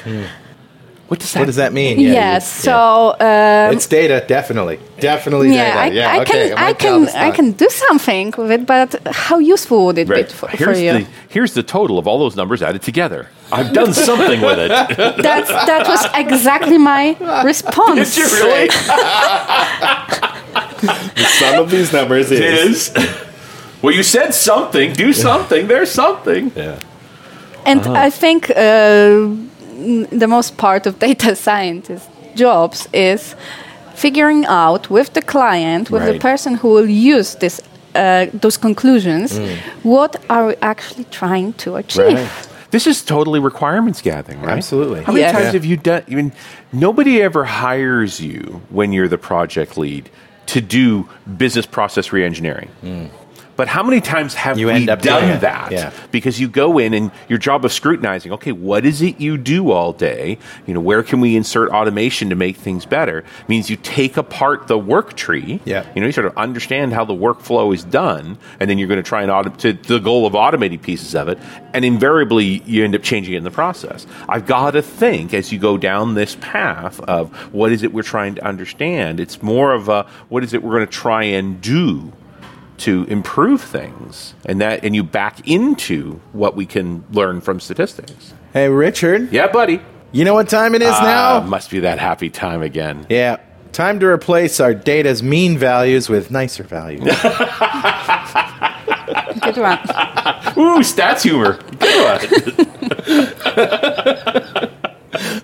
[SPEAKER 3] What does that?
[SPEAKER 1] What does that mean?
[SPEAKER 5] yes.
[SPEAKER 1] Yeah, you-
[SPEAKER 5] So
[SPEAKER 1] yeah.
[SPEAKER 5] um,
[SPEAKER 1] it's data, definitely, definitely
[SPEAKER 5] yeah, I,
[SPEAKER 1] data. yeah,
[SPEAKER 5] I
[SPEAKER 1] okay.
[SPEAKER 5] can,
[SPEAKER 1] I'm
[SPEAKER 5] I
[SPEAKER 1] like, "Oh,
[SPEAKER 5] can,
[SPEAKER 1] that's
[SPEAKER 5] I
[SPEAKER 1] not-
[SPEAKER 3] <laughs>
[SPEAKER 5] can do something with it, but how useful would it
[SPEAKER 3] Right.
[SPEAKER 5] be for, for
[SPEAKER 3] here's,
[SPEAKER 5] you?
[SPEAKER 3] the, here's the total of all those numbers added together. I've <laughs> done something with it.
[SPEAKER 5] That's, that was
[SPEAKER 1] <laughs>
[SPEAKER 5] exactly my response.
[SPEAKER 3] Did you really?
[SPEAKER 1] The sum of these numbers
[SPEAKER 3] <laughs> is. well, you said something. Do something. There's something. Yeah.
[SPEAKER 5] And
[SPEAKER 3] Uh-huh.
[SPEAKER 5] I think uh, n- the most part of <laughs> data scientist jobs is figuring out with the client, with the
[SPEAKER 6] Right.
[SPEAKER 5] person who will use this, uh, those conclusions,
[SPEAKER 3] Mm.
[SPEAKER 5] what are we actually trying to achieve?
[SPEAKER 3] This is totally requirements gathering, right? Absolutely. How many
[SPEAKER 5] Yes.
[SPEAKER 3] times
[SPEAKER 5] Yeah.
[SPEAKER 3] have you done? I mean, nobody ever hires you when you're the project lead to do business process reengineering. But how many times have you we
[SPEAKER 1] Hmm. end up doing
[SPEAKER 3] done
[SPEAKER 1] it.
[SPEAKER 3] that?
[SPEAKER 1] Yeah.
[SPEAKER 3] Because you go in and your job of scrutinizing, okay, what is it you do all day? You know, where can we insert automation to make things better? Means you take apart the work tree. Yeah. You know, you sort of understand how the workflow is done, and then you're going to try and automate to the goal of automating pieces of it, and invariably you end up changing it in the process. I've got to think as you go down this path of what is it we're trying to understand. It's more of a what is it we're going to try and do to improve things and that and you back into what we can learn from statistics
[SPEAKER 1] Hey, Richard.
[SPEAKER 3] Yeah, buddy.
[SPEAKER 1] You know what time it is
[SPEAKER 3] Ah,
[SPEAKER 1] now?
[SPEAKER 3] must be that happy time again
[SPEAKER 1] Yeah. Time to replace our data's mean values with nicer values.
[SPEAKER 5] <laughs> Good one.
[SPEAKER 3] ooh stats humor <laughs> good one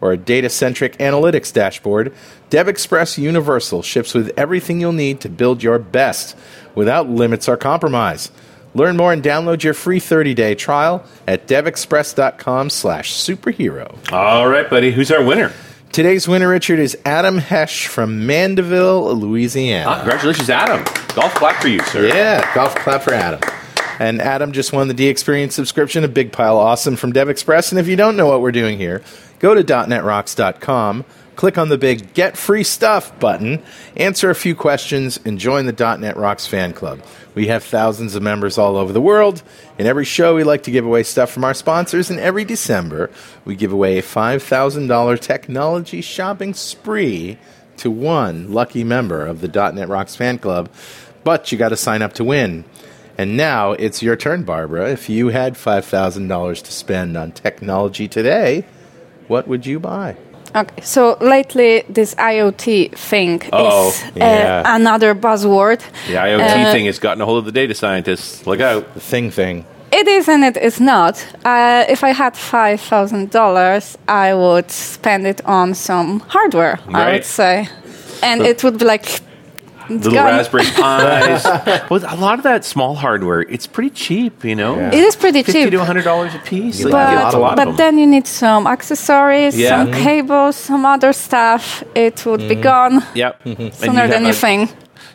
[SPEAKER 1] or a data centric analytics dashboard, DevExpress Universal ships with everything you'll need to build your best without limits or compromise. Learn more and download your free 30-day trial at devexpress.com slash superhero.
[SPEAKER 3] all right buddy who's our winner
[SPEAKER 1] Today's winner, Richard, is Adam Hesh from Mandeville, Louisiana.
[SPEAKER 3] Ah, congratulations adam golf clap for you sir
[SPEAKER 1] Yeah, golf clap for Adam. And Adam just won the D Experience subscription, a big pile of awesome from Dev Express. And if you don't know what we're doing here, go to .netrocks.com, click on the big Get Free Stuff button, answer a few questions, and join the .net Rocks fan club. We have thousands of members all over the world. In every show, we like to give away stuff from our sponsors, and every December, we give away a $5,000 technology shopping spree to one lucky member of the .NET Rocks fan club, but you got to sign up to win. And now it's your turn, Barbara. If you had $5,000 to spend on technology today, what would you buy?
[SPEAKER 5] Okay, so lately this IoT thing
[SPEAKER 3] Uh-oh.
[SPEAKER 5] is uh,
[SPEAKER 3] Yeah.
[SPEAKER 5] another buzzword.
[SPEAKER 3] The IoT
[SPEAKER 5] Uh,
[SPEAKER 3] thing has gotten a hold of the data scientists. Look out. The
[SPEAKER 1] thing thing.
[SPEAKER 5] It is and it is not. Uh, if I had five thousand dollars, I would spend it on some hardware. I
[SPEAKER 3] Right.
[SPEAKER 5] would say, and it would be like
[SPEAKER 3] Little
[SPEAKER 5] gone. <laughs>
[SPEAKER 3] Raspberry Pis. well, a lot of that small hardware, it's pretty cheap, you know?
[SPEAKER 5] It is pretty cheap.
[SPEAKER 3] to $100 a piece.
[SPEAKER 5] But,
[SPEAKER 3] Like, you get a lot of
[SPEAKER 5] but
[SPEAKER 3] them.
[SPEAKER 5] then you need some accessories,
[SPEAKER 3] Yeah. Mm-hmm.
[SPEAKER 5] some
[SPEAKER 3] Mhm.
[SPEAKER 5] cables, some other stuff. It would be gone
[SPEAKER 3] Yep.
[SPEAKER 5] <laughs> sooner than you think.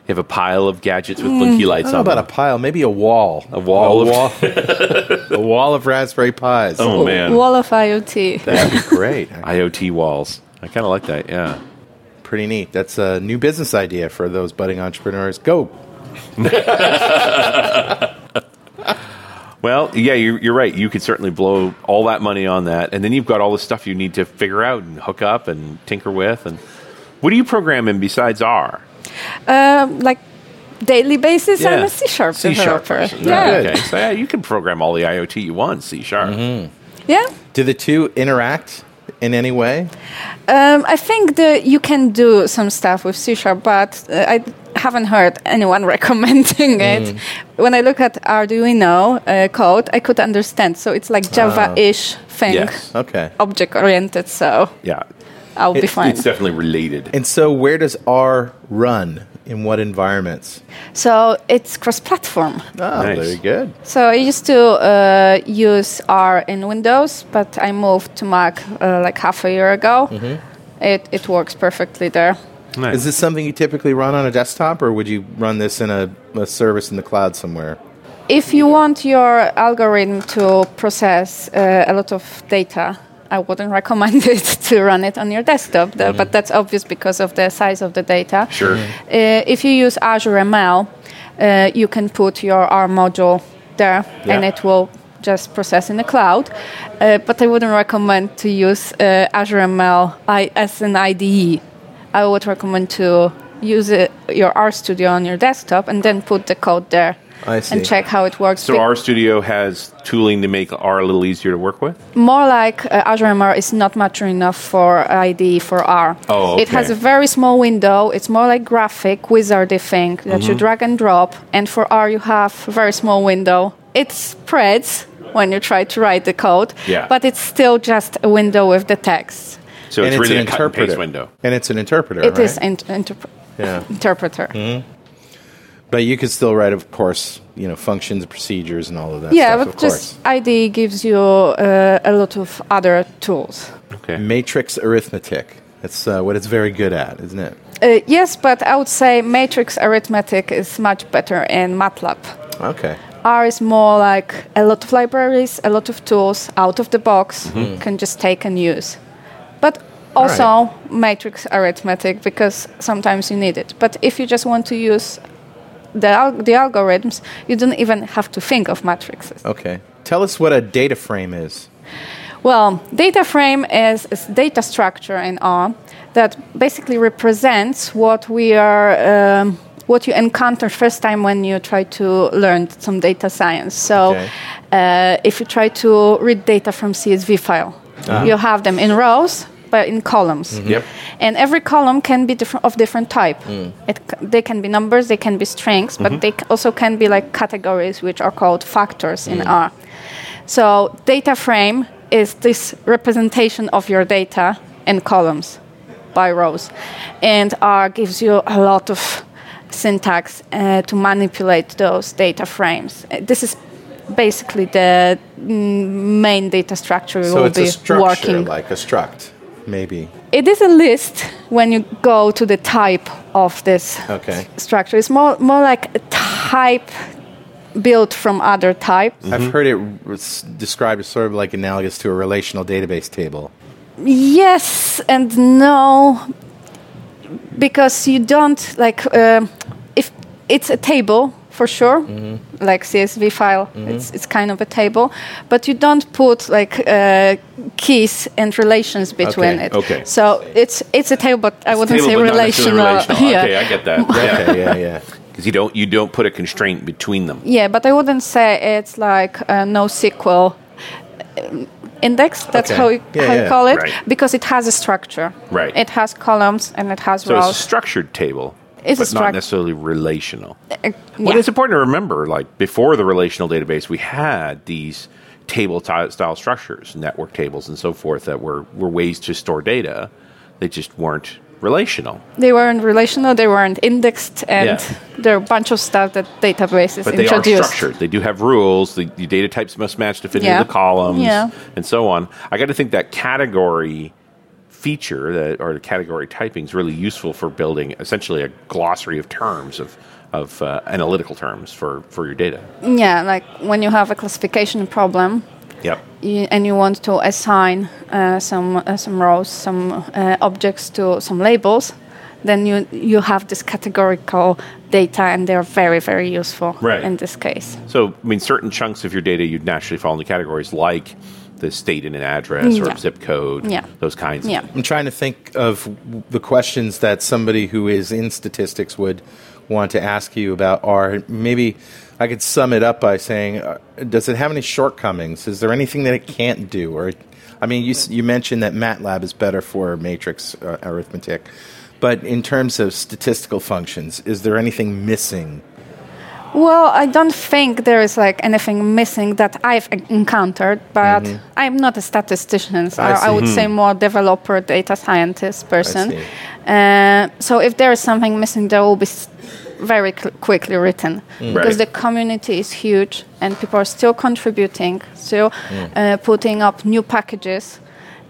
[SPEAKER 3] You have a pile of gadgets with
[SPEAKER 5] Mm.
[SPEAKER 3] blinky lights
[SPEAKER 1] I don't
[SPEAKER 3] on.
[SPEAKER 1] know
[SPEAKER 3] them.
[SPEAKER 1] about a pile, maybe a wall.
[SPEAKER 3] A wall.
[SPEAKER 1] A
[SPEAKER 3] of-
[SPEAKER 1] wall,
[SPEAKER 3] <laughs>
[SPEAKER 1] a wall of Raspberry Pis.
[SPEAKER 3] Oh, man.
[SPEAKER 5] Wall of IoT.
[SPEAKER 3] That'd be
[SPEAKER 1] great.
[SPEAKER 3] IoT walls. I kind of like that, yeah.
[SPEAKER 1] <laughs> Pretty neat. That's a new business idea for those budding entrepreneurs. Go.
[SPEAKER 3] Well, yeah, you're, you're right. You could certainly blow all that money on that, and then you've got all the stuff you need to figure out and hook up and tinker with. And what do you program in besides R?
[SPEAKER 5] Um, like daily basis, I'm a C sharp
[SPEAKER 3] C sharp.
[SPEAKER 5] developer.
[SPEAKER 3] person.
[SPEAKER 5] Yeah.
[SPEAKER 3] Okay. So yeah, you can program all the IoT you want in C sharp.
[SPEAKER 1] Mm-hmm.
[SPEAKER 5] Yeah.
[SPEAKER 1] Do the two interact in any way?
[SPEAKER 5] Um, I think that you can do some stuff with C sharp, but uh, I haven't heard anyone <laughs> recommending it.
[SPEAKER 6] Mm.
[SPEAKER 5] When I look at Arduino uh, code, I could understand. So it's like Java ish thing,
[SPEAKER 1] Okay.
[SPEAKER 5] object oriented. So
[SPEAKER 3] Yeah.
[SPEAKER 5] I'll be
[SPEAKER 1] It's-
[SPEAKER 5] fine.
[SPEAKER 1] it's
[SPEAKER 3] definitely related.
[SPEAKER 1] And so, where does R run? In what environments?
[SPEAKER 5] So it's cross platform.
[SPEAKER 1] Oh, very good.
[SPEAKER 5] So I used to uh, use R in Windows, but I moved to Mac uh, like half a year ago. It, it works perfectly there.
[SPEAKER 1] Is this something you typically run on a desktop, or would you run this in a, a service in the cloud somewhere?
[SPEAKER 5] If you want your algorithm to process uh, a lot of data, I wouldn't <laughs> recommend it to run it on your desktop, though, but that's obvious because of the size of the data.
[SPEAKER 7] Sure.
[SPEAKER 1] Mm-hmm.
[SPEAKER 7] Mhm.
[SPEAKER 5] Uh, if you use Azure ML, uh, you can put your R module there
[SPEAKER 7] Yeah.
[SPEAKER 5] and it will just process in the cloud. Uh, but I wouldn't recommend to use uh, Azure ML I- as an IDE. I would recommend to use it, your RStudio on your desktop and then put the code there
[SPEAKER 3] I see.
[SPEAKER 5] and check how it works.
[SPEAKER 3] So
[SPEAKER 5] Be-
[SPEAKER 3] R Studio has tooling to make R a little easier to work with.
[SPEAKER 5] more like uh, Azure ML is not mature enough for IDE for R.
[SPEAKER 3] Oh,
[SPEAKER 5] It has
[SPEAKER 3] okay.
[SPEAKER 5] a very small window. It's more like graphic wizardy thing that you
[SPEAKER 1] Mm-hmm.
[SPEAKER 3] Mhm.
[SPEAKER 5] drag and drop. And for R, you have a very small window. It spreads when you try to write the code,
[SPEAKER 1] Yeah.
[SPEAKER 5] but it's still just a window with the text.
[SPEAKER 3] So
[SPEAKER 1] And
[SPEAKER 3] it's really
[SPEAKER 1] an
[SPEAKER 3] a cut and paste
[SPEAKER 1] interpreter
[SPEAKER 3] window.
[SPEAKER 1] And it's an interpreter.
[SPEAKER 5] It is
[SPEAKER 1] right?
[SPEAKER 5] in- interp-
[SPEAKER 1] Yeah.
[SPEAKER 5] interpreter.
[SPEAKER 1] Mhm. But you could still write, of course, you know, functions, procedures, and all of that.
[SPEAKER 5] yeah,
[SPEAKER 1] stuff,
[SPEAKER 5] but
[SPEAKER 1] of
[SPEAKER 5] just
[SPEAKER 1] course.
[SPEAKER 5] IDE gives you uh, a lot of other tools.
[SPEAKER 3] Okay.
[SPEAKER 1] Matrix arithmetic. That's uh, what it's very good at, isn't it?
[SPEAKER 5] Uh, yes, but I would say matrix arithmetic is much better in MATLAB.
[SPEAKER 1] Okay.
[SPEAKER 5] R is more like a lot of libraries, a lot of tools out of the box
[SPEAKER 1] Mhm.
[SPEAKER 5] can just take and use. But
[SPEAKER 1] All
[SPEAKER 5] also matrix arithmetic because sometimes you need it. But if you just want to use the, al- the algorithms, you don't even have to think of matrices.
[SPEAKER 1] Okay. Tell us what a data frame is.
[SPEAKER 5] Well, data frame is a data structure in R that basically represents what we are, um, what you encounter first time when you try to learn some data science. So,
[SPEAKER 8] Okay.
[SPEAKER 5] uh, if you try to read data from CSV file,
[SPEAKER 8] Ah.
[SPEAKER 5] you have them in rows but in columns.
[SPEAKER 8] Mhm. Yep.
[SPEAKER 5] And every column can be different of different type.
[SPEAKER 8] Mm.
[SPEAKER 5] It, c- they can be numbers, they can be strings, but
[SPEAKER 8] Mhm.
[SPEAKER 5] they c- also can be like categories, which are called factors in
[SPEAKER 8] Mm.
[SPEAKER 5] R. So data frame is this representation of your data in columns by rows, and R gives you a lot of syntax uh, to manipulate those data frames. Uh, This is basically the mm, main data structure we
[SPEAKER 1] so
[SPEAKER 5] will
[SPEAKER 1] it's a
[SPEAKER 5] be
[SPEAKER 1] structure,
[SPEAKER 5] working
[SPEAKER 1] like a struct, maybe.
[SPEAKER 5] it is a list when you go to the type of this
[SPEAKER 1] Okay.
[SPEAKER 5] structure. It's more more like a type built from other types.
[SPEAKER 3] Mm-hmm.
[SPEAKER 1] I've heard it was described as sort of like analogous to a relational database table.
[SPEAKER 5] Yes and no, because you don't like uh, if it's a table for sure,
[SPEAKER 3] Mm-hmm.
[SPEAKER 5] like CSV file. It's it's kind of a table, but you don't put like uh, keys and relations between
[SPEAKER 3] Okay,
[SPEAKER 5] it.
[SPEAKER 3] okay.
[SPEAKER 5] So it's it's a table, but I wouldn't
[SPEAKER 3] Table,
[SPEAKER 5] say
[SPEAKER 3] but not necessarily
[SPEAKER 5] relational. <laughs>
[SPEAKER 3] relational. Okay, I get that.
[SPEAKER 1] Okay, yeah, yeah.
[SPEAKER 3] Because you don't you don't put a constraint between them.
[SPEAKER 5] Yeah, but I wouldn't say it's like a NoSQL um, index. That's
[SPEAKER 3] Okay.
[SPEAKER 5] how, you,
[SPEAKER 3] Yeah,
[SPEAKER 5] how you
[SPEAKER 3] yeah.
[SPEAKER 5] call it,
[SPEAKER 3] Right.
[SPEAKER 5] because it has a structure.
[SPEAKER 3] Right.
[SPEAKER 5] It has columns and it has
[SPEAKER 3] So it's a
[SPEAKER 5] rows.
[SPEAKER 3] structured table,
[SPEAKER 5] It's a
[SPEAKER 3] but not
[SPEAKER 5] struct-
[SPEAKER 3] necessarily relational.
[SPEAKER 5] Uh,
[SPEAKER 3] Well,
[SPEAKER 5] yeah.
[SPEAKER 3] it's important to remember, like before the relational database, we had these table ty- style structures, network tables, and so forth, that were were ways to store data. They just weren't relational.
[SPEAKER 5] They weren't relational. They weren't indexed, and
[SPEAKER 3] Yeah.
[SPEAKER 5] there are a bunch of stuff that databases
[SPEAKER 3] But they
[SPEAKER 5] introduced.
[SPEAKER 3] are structured. They do have rules. The, the data types must match to fit
[SPEAKER 5] Yeah.
[SPEAKER 3] into the columns
[SPEAKER 5] Yeah.
[SPEAKER 3] and so on. I got to think that category feature that or the category typing is really useful for building essentially a glossary of terms of of uh, analytical terms for for your data.
[SPEAKER 5] Yeah, like when you have a classification problem,
[SPEAKER 3] Yep.
[SPEAKER 5] you, and you want to assign uh, some uh, some rows, some uh, objects to some labels, then you you have this categorical data, and they are very very useful
[SPEAKER 3] Right.
[SPEAKER 5] in this case.
[SPEAKER 3] So, I mean, certain chunks of your data you'd naturally fall into categories like the state and an address or
[SPEAKER 5] Yeah.
[SPEAKER 3] zip code,
[SPEAKER 5] Yeah.
[SPEAKER 3] those kinds.
[SPEAKER 5] Yeah.
[SPEAKER 1] I'm trying to think of w- the questions that somebody who is in statistics would want to ask you about are maybe I could sum it up by saying uh, does it have any shortcomings is there anything that it can't do or I mean you s- you mentioned that MATLAB is better for matrix uh, arithmetic but in terms of statistical functions is there anything missing
[SPEAKER 5] Well, I don't think there is like anything missing that I've en- encountered, but
[SPEAKER 1] Mhm.
[SPEAKER 5] I'm not a statistician. So
[SPEAKER 1] I
[SPEAKER 5] I, I
[SPEAKER 1] see.
[SPEAKER 5] would
[SPEAKER 1] Hmm.
[SPEAKER 5] say more developer, data scientist person.
[SPEAKER 1] see.
[SPEAKER 5] Uh, so if there is something missing, there will be s- very cl- quickly written
[SPEAKER 6] Mm.
[SPEAKER 5] because the
[SPEAKER 6] Right.
[SPEAKER 5] community is huge and people are still contributing, still
[SPEAKER 6] Mm.
[SPEAKER 5] uh, putting up new packages,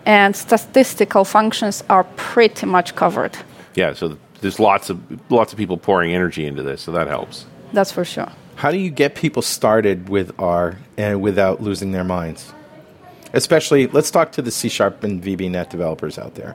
[SPEAKER 5] and statistical functions are pretty much covered.
[SPEAKER 3] Yeah. So there's lots of lots of people pouring energy into this, so that helps.
[SPEAKER 5] That's for sure.
[SPEAKER 1] How do you get people started with R and without losing their minds? Especially, let's talk to the C sharp and VBNet developers out there.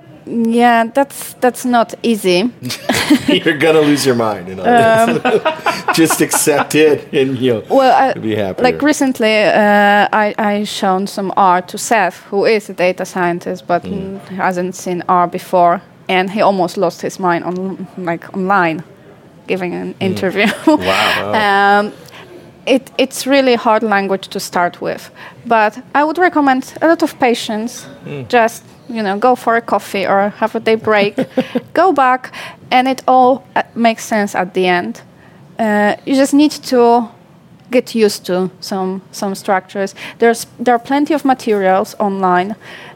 [SPEAKER 5] Yeah, that's that's not easy.
[SPEAKER 7] <laughs> You're gonna lose your mind, and all this. <laughs> just accept it, and you'll
[SPEAKER 5] Um. <laughs> Well, I,
[SPEAKER 7] be happy.
[SPEAKER 5] Like recently, uh, I I shown some R to Seth, who is a data scientist but
[SPEAKER 7] Mm.
[SPEAKER 5] mm. hasn't seen R before, and he almost lost his mind on like online, giving an interview.
[SPEAKER 6] Wow.
[SPEAKER 5] um, it, it's really hard language to start with, but I would recommend a lot of patience.
[SPEAKER 3] Hmm.
[SPEAKER 6] Mm.
[SPEAKER 5] Just you know, go for a coffee or have a day
[SPEAKER 3] <laughs>
[SPEAKER 5] break, go back, and it all uh, makes sense at the end. Uh, you just need to get used to some some structures. There's there are plenty of materials online,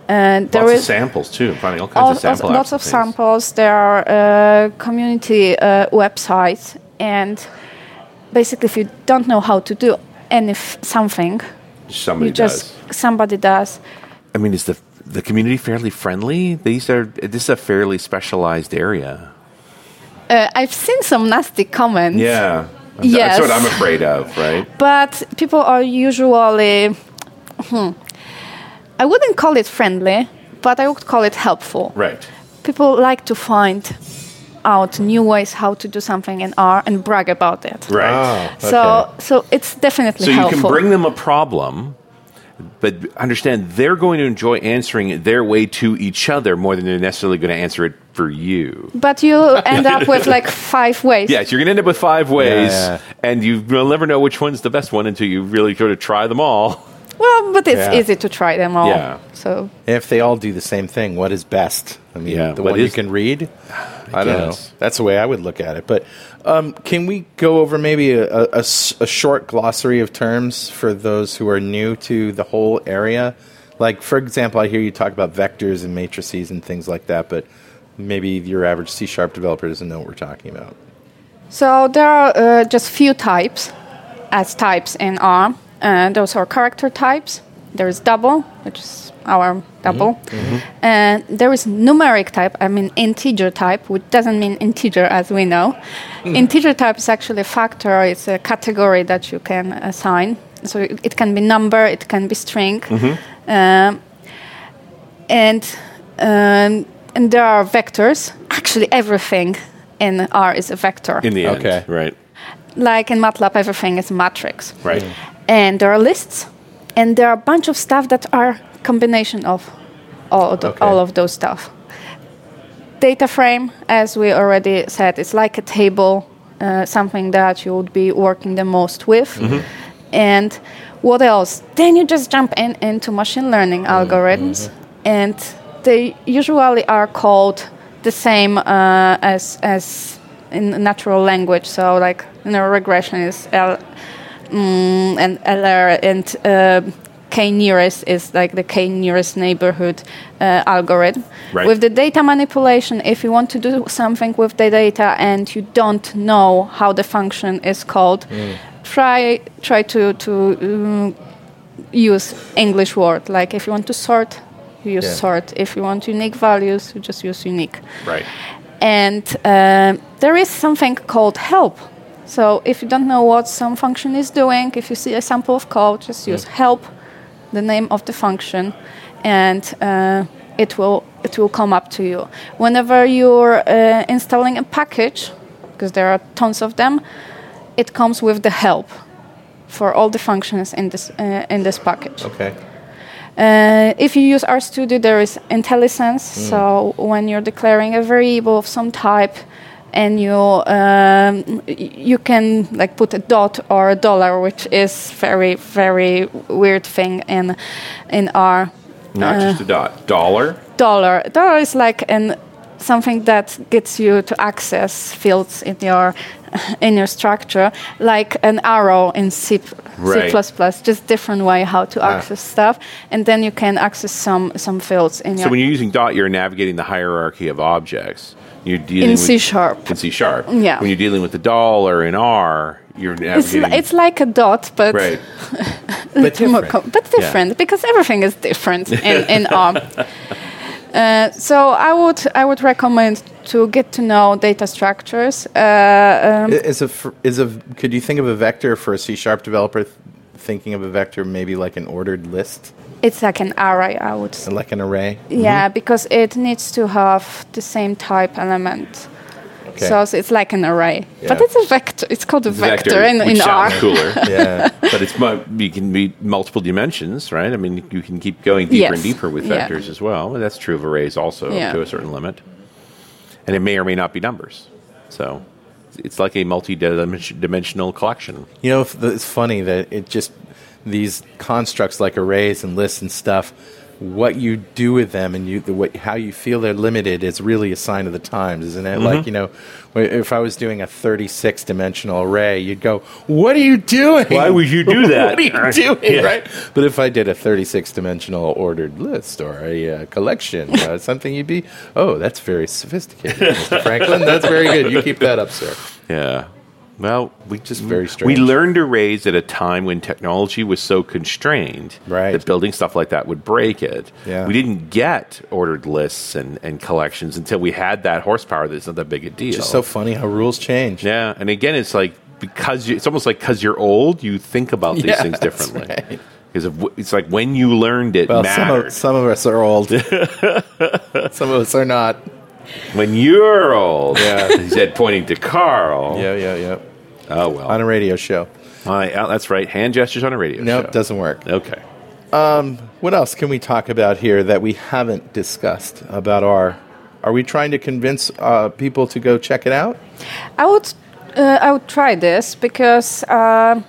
[SPEAKER 5] and there
[SPEAKER 3] lots
[SPEAKER 5] is
[SPEAKER 3] of samples too. Finding all kinds
[SPEAKER 5] all-
[SPEAKER 3] of sample apps
[SPEAKER 5] lots, of
[SPEAKER 3] and things.
[SPEAKER 5] samples. There are uh, community uh, websites, and basically, if you don't know how to do any f- something,
[SPEAKER 3] Somebody
[SPEAKER 5] you just somebody does.
[SPEAKER 3] I mean, is the the community fairly friendly? These are this is a fairly specialized area.
[SPEAKER 5] Uh, I've seen some nasty comments.
[SPEAKER 3] Yeah.
[SPEAKER 5] Yes.
[SPEAKER 3] That's what I'm afraid of, right?
[SPEAKER 5] But people are usually, hmm, I wouldn't call it friendly, but I would call it helpful.
[SPEAKER 3] Right.
[SPEAKER 5] People like to find out new ways how to do something in R and brag about it.
[SPEAKER 3] Right.
[SPEAKER 5] So, so it's definitely
[SPEAKER 3] So you
[SPEAKER 5] helpful.
[SPEAKER 3] can bring them a problem, but understand they're going to enjoy answering it their way to each other more than they're necessarily going to answer it for you.
[SPEAKER 5] but you
[SPEAKER 1] <laughs>
[SPEAKER 5] end up with like five ways.
[SPEAKER 3] Yes, you're going to end up with five ways,
[SPEAKER 1] Yeah.
[SPEAKER 3] and you will never know which one's the best one until you really sort of try them all.
[SPEAKER 5] Well, but it's
[SPEAKER 1] Yeah.
[SPEAKER 5] easy to try them all.
[SPEAKER 1] Yeah.
[SPEAKER 5] So
[SPEAKER 1] If they all do the same thing, what is best? I mean,
[SPEAKER 3] Yeah,
[SPEAKER 1] the
[SPEAKER 3] what
[SPEAKER 1] one you
[SPEAKER 3] is-
[SPEAKER 1] can read? I don't know.
[SPEAKER 3] guess.
[SPEAKER 1] That's the way I would look at it. But um, can we go over maybe a, a- a s- a short glossary of terms for those who are new to the whole area? Like, for example, I hear you talk about vectors and matrices and things like that, but maybe your average C sharp developer doesn't know what we're talking about.
[SPEAKER 5] So there are uh, just few types as types in R. Uh, those are character types, There is double, which is our double.
[SPEAKER 6] Mhm.
[SPEAKER 5] And there is numeric type, I mean integer type, which doesn't mean integer as we know.
[SPEAKER 6] Mm.
[SPEAKER 5] Integer type is actually a factor, it's a category that you can assign. So it it can be number, it can be string. Um, and um, and there are vectors. Actually, everything in R is a vector.
[SPEAKER 10] In the end, right?
[SPEAKER 5] Like in MATLAB, everything is a matrix.
[SPEAKER 10] Right.
[SPEAKER 3] Hmm.
[SPEAKER 5] And there are lists, and there are a bunch of stuff that are combination of all of, the- all of those stuff. Data frame, as we already said, is like a table, uh, something that you would be working the most with. And what else? Then you just jump in into machine learning algorithms, and they usually are called the same uh, as as in natural language. So like you know, regression is L mm, and LR and uh, K nearest is like the K nearest neighborhood uh, algorithm.
[SPEAKER 6] Right.
[SPEAKER 5] With the data manipulation, if you want to do something with the data and you don't know how the function is called,
[SPEAKER 6] Mm.
[SPEAKER 5] try try to to um, use English word. Like if you want to sort, you use
[SPEAKER 6] Yeah.
[SPEAKER 5] sort. If you want unique values, you just use unique.
[SPEAKER 3] Right.
[SPEAKER 5] And um there is something called help. So if you don't know what some function is doing, if you see a sample of code, just use help, the name of the function, and uh, it will it will come up to you. Whenever you're uh, installing a package, because there are tons of them, it comes with the help for all the functions in this uh, in this package.
[SPEAKER 1] Okay.
[SPEAKER 5] Uh, if you use RStudio, there is IntelliSense.
[SPEAKER 6] Mm.
[SPEAKER 5] So when you're declaring a variable of some type, and you um, y- you can like put a dot or a dollar, which is very very weird thing in in R.
[SPEAKER 3] Not
[SPEAKER 5] Uh,
[SPEAKER 3] just a dot. Dollar.
[SPEAKER 5] dollar. Dollar is like an something that gets you to access fields in your <laughs> in your structure, like an arrow in C
[SPEAKER 6] Right.
[SPEAKER 5] C++. Just different way how to
[SPEAKER 3] Ah.
[SPEAKER 5] access stuff, and then you can access some some fields in
[SPEAKER 3] So
[SPEAKER 5] your.
[SPEAKER 3] when you're using dot, you're navigating the hierarchy of objects. You're dealing
[SPEAKER 5] In
[SPEAKER 3] with-
[SPEAKER 5] C sharp.
[SPEAKER 3] In C sharp.
[SPEAKER 5] Yeah.
[SPEAKER 3] When you're dealing with the dollar in R, you're
[SPEAKER 5] it's,
[SPEAKER 3] navigating.
[SPEAKER 5] li- it's like a dot, but
[SPEAKER 3] right.
[SPEAKER 5] <laughs> a little more com- but
[SPEAKER 3] Yeah.
[SPEAKER 5] different because everything is
[SPEAKER 3] <laughs>
[SPEAKER 5] different in, in R. Uh, so I would I would recommend to get to know data structures. Uh, um,
[SPEAKER 1] I- Is a fr- is a could you think of a vector for a C sharp developer th- thinking of a vector maybe like an ordered list
[SPEAKER 5] it's like an array, I would say.
[SPEAKER 1] and like an array?
[SPEAKER 3] Mm-hmm.
[SPEAKER 5] Yeah, because it needs to have the same type element.
[SPEAKER 1] Okay.
[SPEAKER 5] So, so it's like an array, but
[SPEAKER 3] Yeah.
[SPEAKER 5] it's a vector. It's called a
[SPEAKER 3] It's
[SPEAKER 5] vector, in,
[SPEAKER 3] which
[SPEAKER 5] in R.
[SPEAKER 3] sounds
[SPEAKER 5] <laughs>
[SPEAKER 3] cooler.
[SPEAKER 1] yeah.
[SPEAKER 3] But it's mu- you can be multiple dimensions, right? I mean, you can keep going deeper
[SPEAKER 5] Yes.
[SPEAKER 3] and deeper with
[SPEAKER 5] Yeah.
[SPEAKER 3] vectors as well. And that's true of arrays also
[SPEAKER 5] Yeah.
[SPEAKER 3] up to a certain limit. And it may or may not be numbers. So it's like a multi-dimensional collection.
[SPEAKER 1] You know, if the- it's funny that it just these constructs like arrays and lists and stuff. What you do with them and you the, what, how you feel they're limited is really a sign of the times, isn't it?
[SPEAKER 6] Mhm.
[SPEAKER 1] Like you know, wh- if I was doing a thirty-six dimensional array, you'd go, "What are you doing?
[SPEAKER 6] Why would you do that?"
[SPEAKER 1] <laughs> what are you
[SPEAKER 6] Right.
[SPEAKER 1] doing?"
[SPEAKER 6] Yeah.
[SPEAKER 1] Right? But if I did a thirty-six dimensional ordered list or a uh, collection,
[SPEAKER 6] <laughs>
[SPEAKER 1] uh, something, you'd be, "Oh, that's very sophisticated, Mr. Franklin. That's very good. You keep that
[SPEAKER 6] <laughs>
[SPEAKER 1] up, sir."
[SPEAKER 3] Yeah. Well, we just
[SPEAKER 1] very
[SPEAKER 3] We
[SPEAKER 1] strange.
[SPEAKER 3] learned arrays at a time when technology was so constrained right. that building stuff like that would break it.
[SPEAKER 1] Yeah.
[SPEAKER 3] We didn't get ordered lists and, and collections until we had that horsepower that's not that big a deal.
[SPEAKER 1] It's just so funny how rules change.
[SPEAKER 3] Yeah, and again, it's like because you, it's almost like because you're old, you think about these
[SPEAKER 1] Yeah,
[SPEAKER 3] things
[SPEAKER 1] that's
[SPEAKER 3] differently. Because it's like when you learned it
[SPEAKER 1] Well, some
[SPEAKER 3] mattered.
[SPEAKER 1] of, some of us are <laughs> old. some of us are not.
[SPEAKER 3] when you're old, <laughs> he said, pointing to Carl.
[SPEAKER 1] Yeah, yeah, yeah.
[SPEAKER 3] Oh well, on
[SPEAKER 1] a radio show.
[SPEAKER 3] that's right. Hand gestures on a radio
[SPEAKER 1] No,
[SPEAKER 3] show.
[SPEAKER 1] it doesn't work.
[SPEAKER 3] Okay.
[SPEAKER 1] Um, what else can we talk about here that we haven't discussed about our? Are we trying to convince uh, people to go check it out?
[SPEAKER 5] I would uh, I would try this because uh,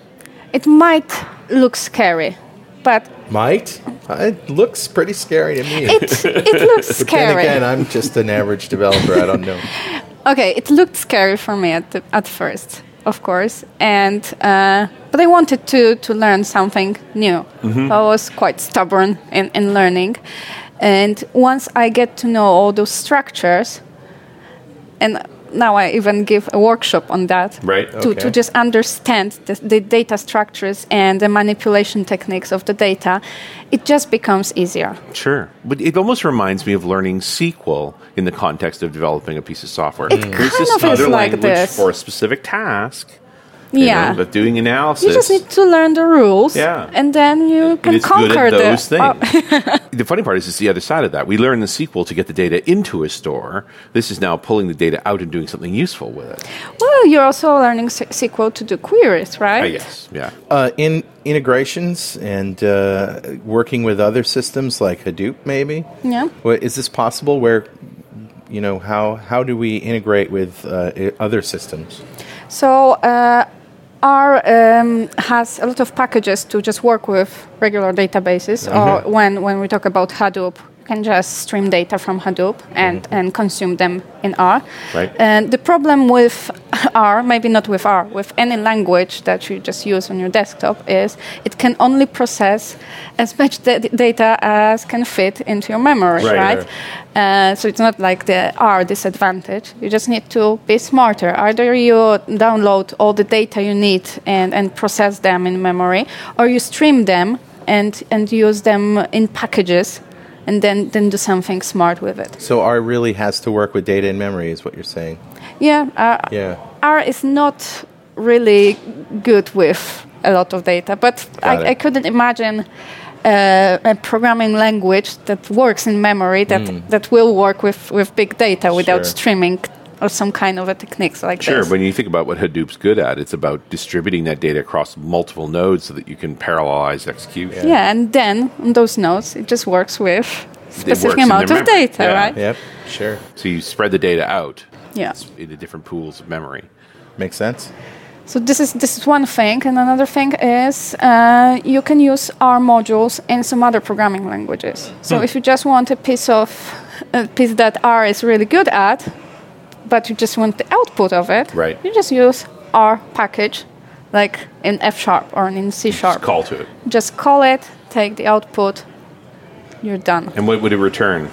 [SPEAKER 5] it might look scary, but
[SPEAKER 1] Might. Uh, It looks pretty scary to me.
[SPEAKER 5] It- it
[SPEAKER 1] <laughs>
[SPEAKER 5] looks
[SPEAKER 1] But Then
[SPEAKER 5] scary.
[SPEAKER 1] again, I'm just an average developer. I don't know.
[SPEAKER 5] okay, it looked scary for me at the, at first, of course, and uh, but I wanted to to learn something new.
[SPEAKER 6] Mhm.
[SPEAKER 3] Mm-hmm.
[SPEAKER 5] I was quite stubborn in, in learning, and once I get to know all those structures, and now I even give a workshop on that.
[SPEAKER 3] Right,
[SPEAKER 5] To, to
[SPEAKER 3] okay.
[SPEAKER 5] just understand the, the data structures and the manipulation techniques of the data, it just becomes easier.
[SPEAKER 3] Sure. But it almost reminds me of learning SQL in the context of developing a piece of software. It There's
[SPEAKER 5] kind
[SPEAKER 3] this
[SPEAKER 5] of is
[SPEAKER 3] other
[SPEAKER 5] like
[SPEAKER 3] language
[SPEAKER 5] this.
[SPEAKER 3] for a specific task. you
[SPEAKER 5] yeah.
[SPEAKER 3] know, but doing analysis.
[SPEAKER 5] you just need to learn the rules,
[SPEAKER 3] Yeah.
[SPEAKER 5] and then you
[SPEAKER 3] And
[SPEAKER 5] can
[SPEAKER 3] it's good
[SPEAKER 5] conquer
[SPEAKER 3] at those
[SPEAKER 5] the, oh,
[SPEAKER 3] things. <laughs> the funny part is, it's the other side of that. We learn the SQL to get the data into a store. This is now pulling the data out and doing something useful with it.
[SPEAKER 5] well, you're also learning S- SQL to do queries,
[SPEAKER 3] Ah,
[SPEAKER 5] right?
[SPEAKER 3] yes, yeah.
[SPEAKER 1] Uh, in integrations and uh, working with other systems like Hadoop, maybe.
[SPEAKER 5] Yeah.
[SPEAKER 1] Wha- Is this possible? Where, you know, how how do we integrate with uh, i- other systems?
[SPEAKER 5] So uh, R um, has a lot of packages to just work with regular databases, or
[SPEAKER 3] Mm-hmm.
[SPEAKER 5] when, when we talk about Hadoop, you can just stream data from Hadoop and, and consume them in R.
[SPEAKER 3] Mm-hmm. Right.
[SPEAKER 5] And the problem with <laughs> R, maybe not with R, with any language that you just use on your desktop, is it can only process as much da- data as can fit into your memory,
[SPEAKER 3] Right,
[SPEAKER 5] right? Uh, so it's not like the R disadvantage. You just need to be smarter. Either you download all the data you need and, and process them in memory, or you stream them and, and use them in packages and then, then do something smart with it.
[SPEAKER 1] So R really has to work with data and memory, is what you're saying?
[SPEAKER 5] Yeah, uh, R,
[SPEAKER 1] Yeah.
[SPEAKER 5] R is not really good with a lot of data, but
[SPEAKER 1] Got it.
[SPEAKER 5] I, I couldn't imagine. Uh, a programming language that works in memory that,
[SPEAKER 3] Hmm.
[SPEAKER 5] that will work with, with big data without
[SPEAKER 1] Sure.
[SPEAKER 5] streaming or some kind of a techniques like
[SPEAKER 3] Sure.
[SPEAKER 5] this.
[SPEAKER 3] When you think about what Hadoop's good at, it's about distributing that data across multiple nodes so that you can parallelize execution.
[SPEAKER 5] yeah, and then on those nodes, it just works with
[SPEAKER 3] works
[SPEAKER 5] specific
[SPEAKER 3] in
[SPEAKER 5] amount
[SPEAKER 3] their
[SPEAKER 5] of
[SPEAKER 3] memory.
[SPEAKER 5] data,
[SPEAKER 3] Yeah.
[SPEAKER 5] right?
[SPEAKER 1] Yep. Sure.
[SPEAKER 3] So you spread the data out
[SPEAKER 5] Yeah.
[SPEAKER 3] into different pools of memory.
[SPEAKER 1] Makes sense.
[SPEAKER 5] So this is this is one thing, and another thing is uh, you can use R modules in some other programming languages. So
[SPEAKER 3] Hmm.
[SPEAKER 5] if you just want a piece of a piece that R is really good at, but you just want the output of it,
[SPEAKER 3] Right.
[SPEAKER 5] You just use R package, like in F sharp or in C
[SPEAKER 3] Just
[SPEAKER 5] sharp.
[SPEAKER 3] call to it.
[SPEAKER 5] Just call it, take the output, you're done.
[SPEAKER 3] And what would it return?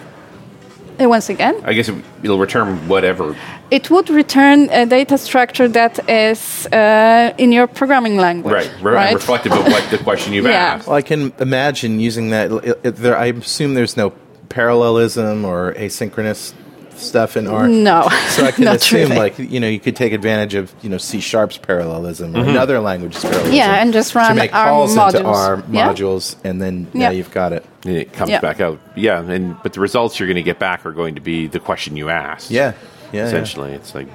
[SPEAKER 5] And once again,
[SPEAKER 3] I guess it, it'll return whatever.
[SPEAKER 5] it would return a data structure that is uh, in your programming language.
[SPEAKER 3] Right. Re- Reflective of what the question you've
[SPEAKER 5] Yeah.
[SPEAKER 3] asked.
[SPEAKER 1] Well, I can imagine using that. l- it- there, I assume there's no parallelism or asynchronous stuff in R.
[SPEAKER 5] No.
[SPEAKER 1] <laughs> So I
[SPEAKER 5] <laughs>
[SPEAKER 1] can
[SPEAKER 5] Not
[SPEAKER 1] assume,
[SPEAKER 5] really.
[SPEAKER 1] like you know, you could take advantage of you know C sharp's parallelism
[SPEAKER 3] Mm-hmm.
[SPEAKER 1] or another language's parallelism.
[SPEAKER 5] Yeah, and just run
[SPEAKER 1] to make
[SPEAKER 5] our
[SPEAKER 1] calls into
[SPEAKER 5] modules.
[SPEAKER 1] R
[SPEAKER 5] Yeah.
[SPEAKER 1] modules, and then now
[SPEAKER 5] Yeah.
[SPEAKER 1] you've got it.
[SPEAKER 3] and it comes
[SPEAKER 5] Yeah.
[SPEAKER 3] back out. Yeah, and but the results you're going to get back are going to be the question you asked.
[SPEAKER 1] Yeah, yeah, yeah.
[SPEAKER 3] essentially, it's like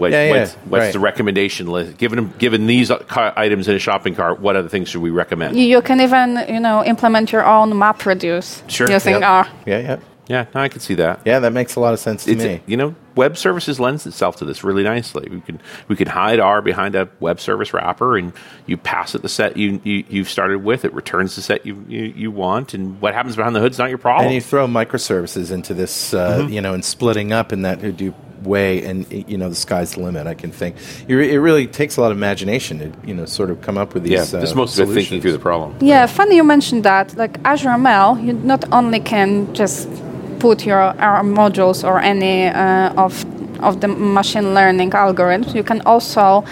[SPEAKER 3] what,
[SPEAKER 1] Yeah, yeah,
[SPEAKER 3] what's, what's
[SPEAKER 1] right.
[SPEAKER 3] the recommendation list? Given given these uh, car, items in a shopping cart, what other things should we recommend?
[SPEAKER 5] You, you can even, you know, implement your own map reduce
[SPEAKER 3] Sure,
[SPEAKER 5] using
[SPEAKER 3] yep.
[SPEAKER 5] R.
[SPEAKER 1] Yeah, yeah,
[SPEAKER 3] Yeah, no, I can see that.
[SPEAKER 1] yeah. That makes a lot of sense to
[SPEAKER 3] It's,
[SPEAKER 1] me.
[SPEAKER 3] you know, web services lends itself to this really nicely. We can we can hide R behind a web service wrapper, and you pass it the set you, you you've started with. It returns the set you, you you want, and what happens behind the hood's not your problem.
[SPEAKER 1] And you throw microservices into this, uh,
[SPEAKER 3] Mm-hmm.
[SPEAKER 1] you know, and splitting up in that Hadoop way, and y- you know, the sky's the limit. I can think it, re- it really takes a lot of imagination to you know sort of come up with these.
[SPEAKER 3] yeah,
[SPEAKER 1] uh,
[SPEAKER 3] just most of it thinking
[SPEAKER 1] solutions.
[SPEAKER 3] through the problem.
[SPEAKER 5] Yeah, funny you mentioned that. Like Azure ML, you not only can just put your R modules or any uh, of of the machine learning algorithms, you can also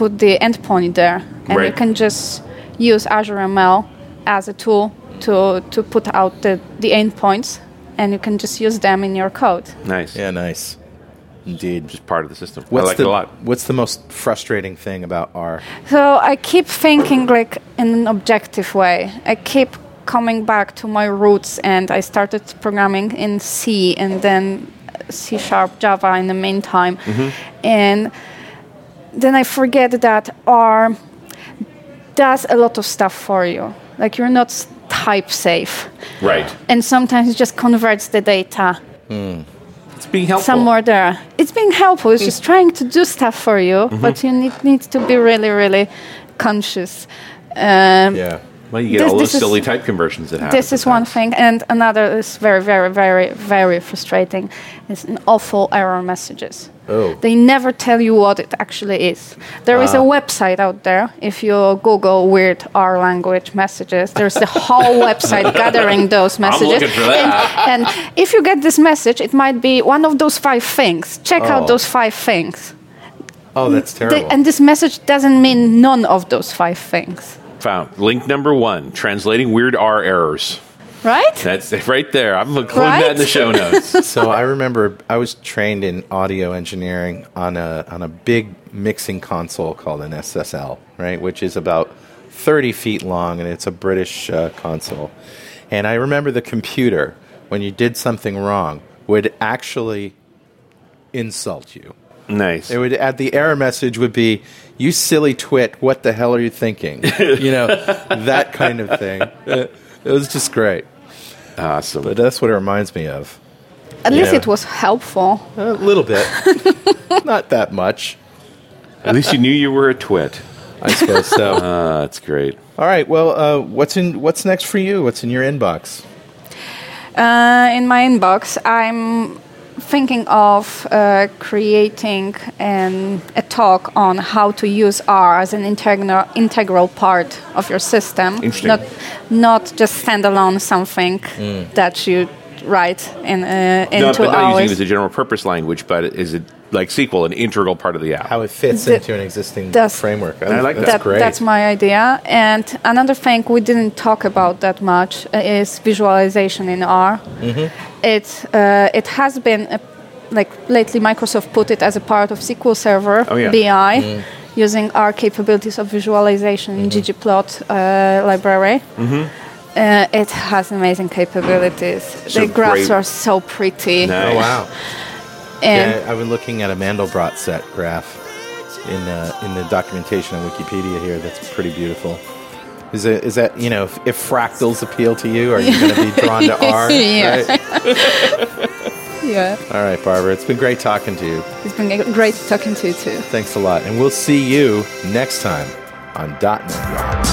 [SPEAKER 5] put the endpoint there, and you
[SPEAKER 3] Right.
[SPEAKER 5] can just use Azure ML as a tool to to put out the the endpoints, and you can just use them in your code.
[SPEAKER 3] Nice.
[SPEAKER 1] Yeah, nice, indeed.
[SPEAKER 3] just part of the system.
[SPEAKER 1] What's
[SPEAKER 3] I like
[SPEAKER 1] the
[SPEAKER 3] it a lot.
[SPEAKER 1] what's the most frustrating thing about R?
[SPEAKER 5] So I keep thinking like in an objective way. I keep coming back to my roots, and I started programming in C and then C sharp, Java in the meantime, and then I forget that R does a lot of stuff for you. Like you're not s- type safe,
[SPEAKER 3] Right.
[SPEAKER 5] and sometimes it just converts the data
[SPEAKER 3] It's being helpful.
[SPEAKER 5] somewhere there. It's being helpful. It's just trying to do stuff for you, but you need, need to be really, really conscious. Um,
[SPEAKER 1] Yeah,
[SPEAKER 3] Well, you get
[SPEAKER 5] This-
[SPEAKER 3] all those
[SPEAKER 5] this is-
[SPEAKER 3] silly type conversions that happen.
[SPEAKER 5] This is one thing, and another is very, very, very, very frustrating. It's an awful error messages.
[SPEAKER 3] Oh.
[SPEAKER 5] They never tell you what it actually is. There is a
[SPEAKER 3] Ah.
[SPEAKER 5] website out there. If you Google weird R language messages, there's the whole website gathering those
[SPEAKER 6] I'm
[SPEAKER 5] messages.
[SPEAKER 6] looking for that.
[SPEAKER 5] And, and if you get this message, it might be one of those five things. Check
[SPEAKER 1] Oh.
[SPEAKER 5] out those five things.
[SPEAKER 1] Oh, that's
[SPEAKER 5] They-
[SPEAKER 1] terrible.
[SPEAKER 5] and this message doesn't mean none of those five things,
[SPEAKER 3] Found link number one: translating weird R errors.
[SPEAKER 5] right?
[SPEAKER 3] That's it right there. I'm including
[SPEAKER 5] Right?
[SPEAKER 3] that in the show notes. <laughs>
[SPEAKER 1] so I remember I was trained in audio engineering on a on a big mixing console called an SSL, right, which is about 30 feet long, and it's a British uh, console. And I remember the computer when you did something wrong would actually insult you.
[SPEAKER 3] Nice.
[SPEAKER 1] It would add the error message would be, "You silly twit, what the hell are you thinking?" you know, that kind of thing. It, it was just great.
[SPEAKER 3] Awesome.
[SPEAKER 1] But that's what it reminds me of.
[SPEAKER 5] At
[SPEAKER 1] You
[SPEAKER 5] least
[SPEAKER 1] know?
[SPEAKER 5] it was helpful.
[SPEAKER 1] A little <laughs> bit. Not that much.
[SPEAKER 3] At least you knew you were a twit.
[SPEAKER 1] I suppose so. <laughs>
[SPEAKER 3] Ah, that's great.
[SPEAKER 1] All right. Well, uh, what's in what's next for you? What's in your inbox?
[SPEAKER 5] Uh, in my inbox, I'm thinking of uh, creating an, a talk on how to use R as an integral integral part of your system,
[SPEAKER 8] Interesting.
[SPEAKER 5] not not just standalone something
[SPEAKER 3] Mm.
[SPEAKER 5] that you write in uh, in
[SPEAKER 3] no,
[SPEAKER 5] two
[SPEAKER 3] but not using it
[SPEAKER 5] hours.
[SPEAKER 3] as a general purpose language, but is it like SQL an integral part of the app? How
[SPEAKER 1] it fits
[SPEAKER 5] Th-
[SPEAKER 1] into an existing
[SPEAKER 5] that's-
[SPEAKER 1] framework.
[SPEAKER 3] I like that.
[SPEAKER 5] That- That's my idea. And another thing we didn't talk about that much uh, is visualization in R. It uh, it has been a, like lately Microsoft put it as a part of SQL Server
[SPEAKER 6] Oh, yeah.
[SPEAKER 5] BI,
[SPEAKER 6] Mm.
[SPEAKER 5] using our capabilities of visualization in ggplot uh, library. Uh, it has amazing capabilities.
[SPEAKER 1] So
[SPEAKER 5] the graphs
[SPEAKER 1] great.
[SPEAKER 5] are so pretty.
[SPEAKER 1] Oh wow!
[SPEAKER 5] And
[SPEAKER 1] yeah, I've been looking at a Mandelbrot set graph in uh, in the documentation on Wikipedia here. That's pretty beautiful. Is, it, is that you know if, if fractals appeal to you, are you going to be drawn
[SPEAKER 5] <laughs>
[SPEAKER 1] to R?
[SPEAKER 5] Yeah.
[SPEAKER 1] Right?
[SPEAKER 5] yeah,
[SPEAKER 1] All right, Barbara. It's been great talking to you.
[SPEAKER 5] it's been great talking to you too.
[SPEAKER 1] Thanks a lot, and we'll see you next time on .NET Rocks.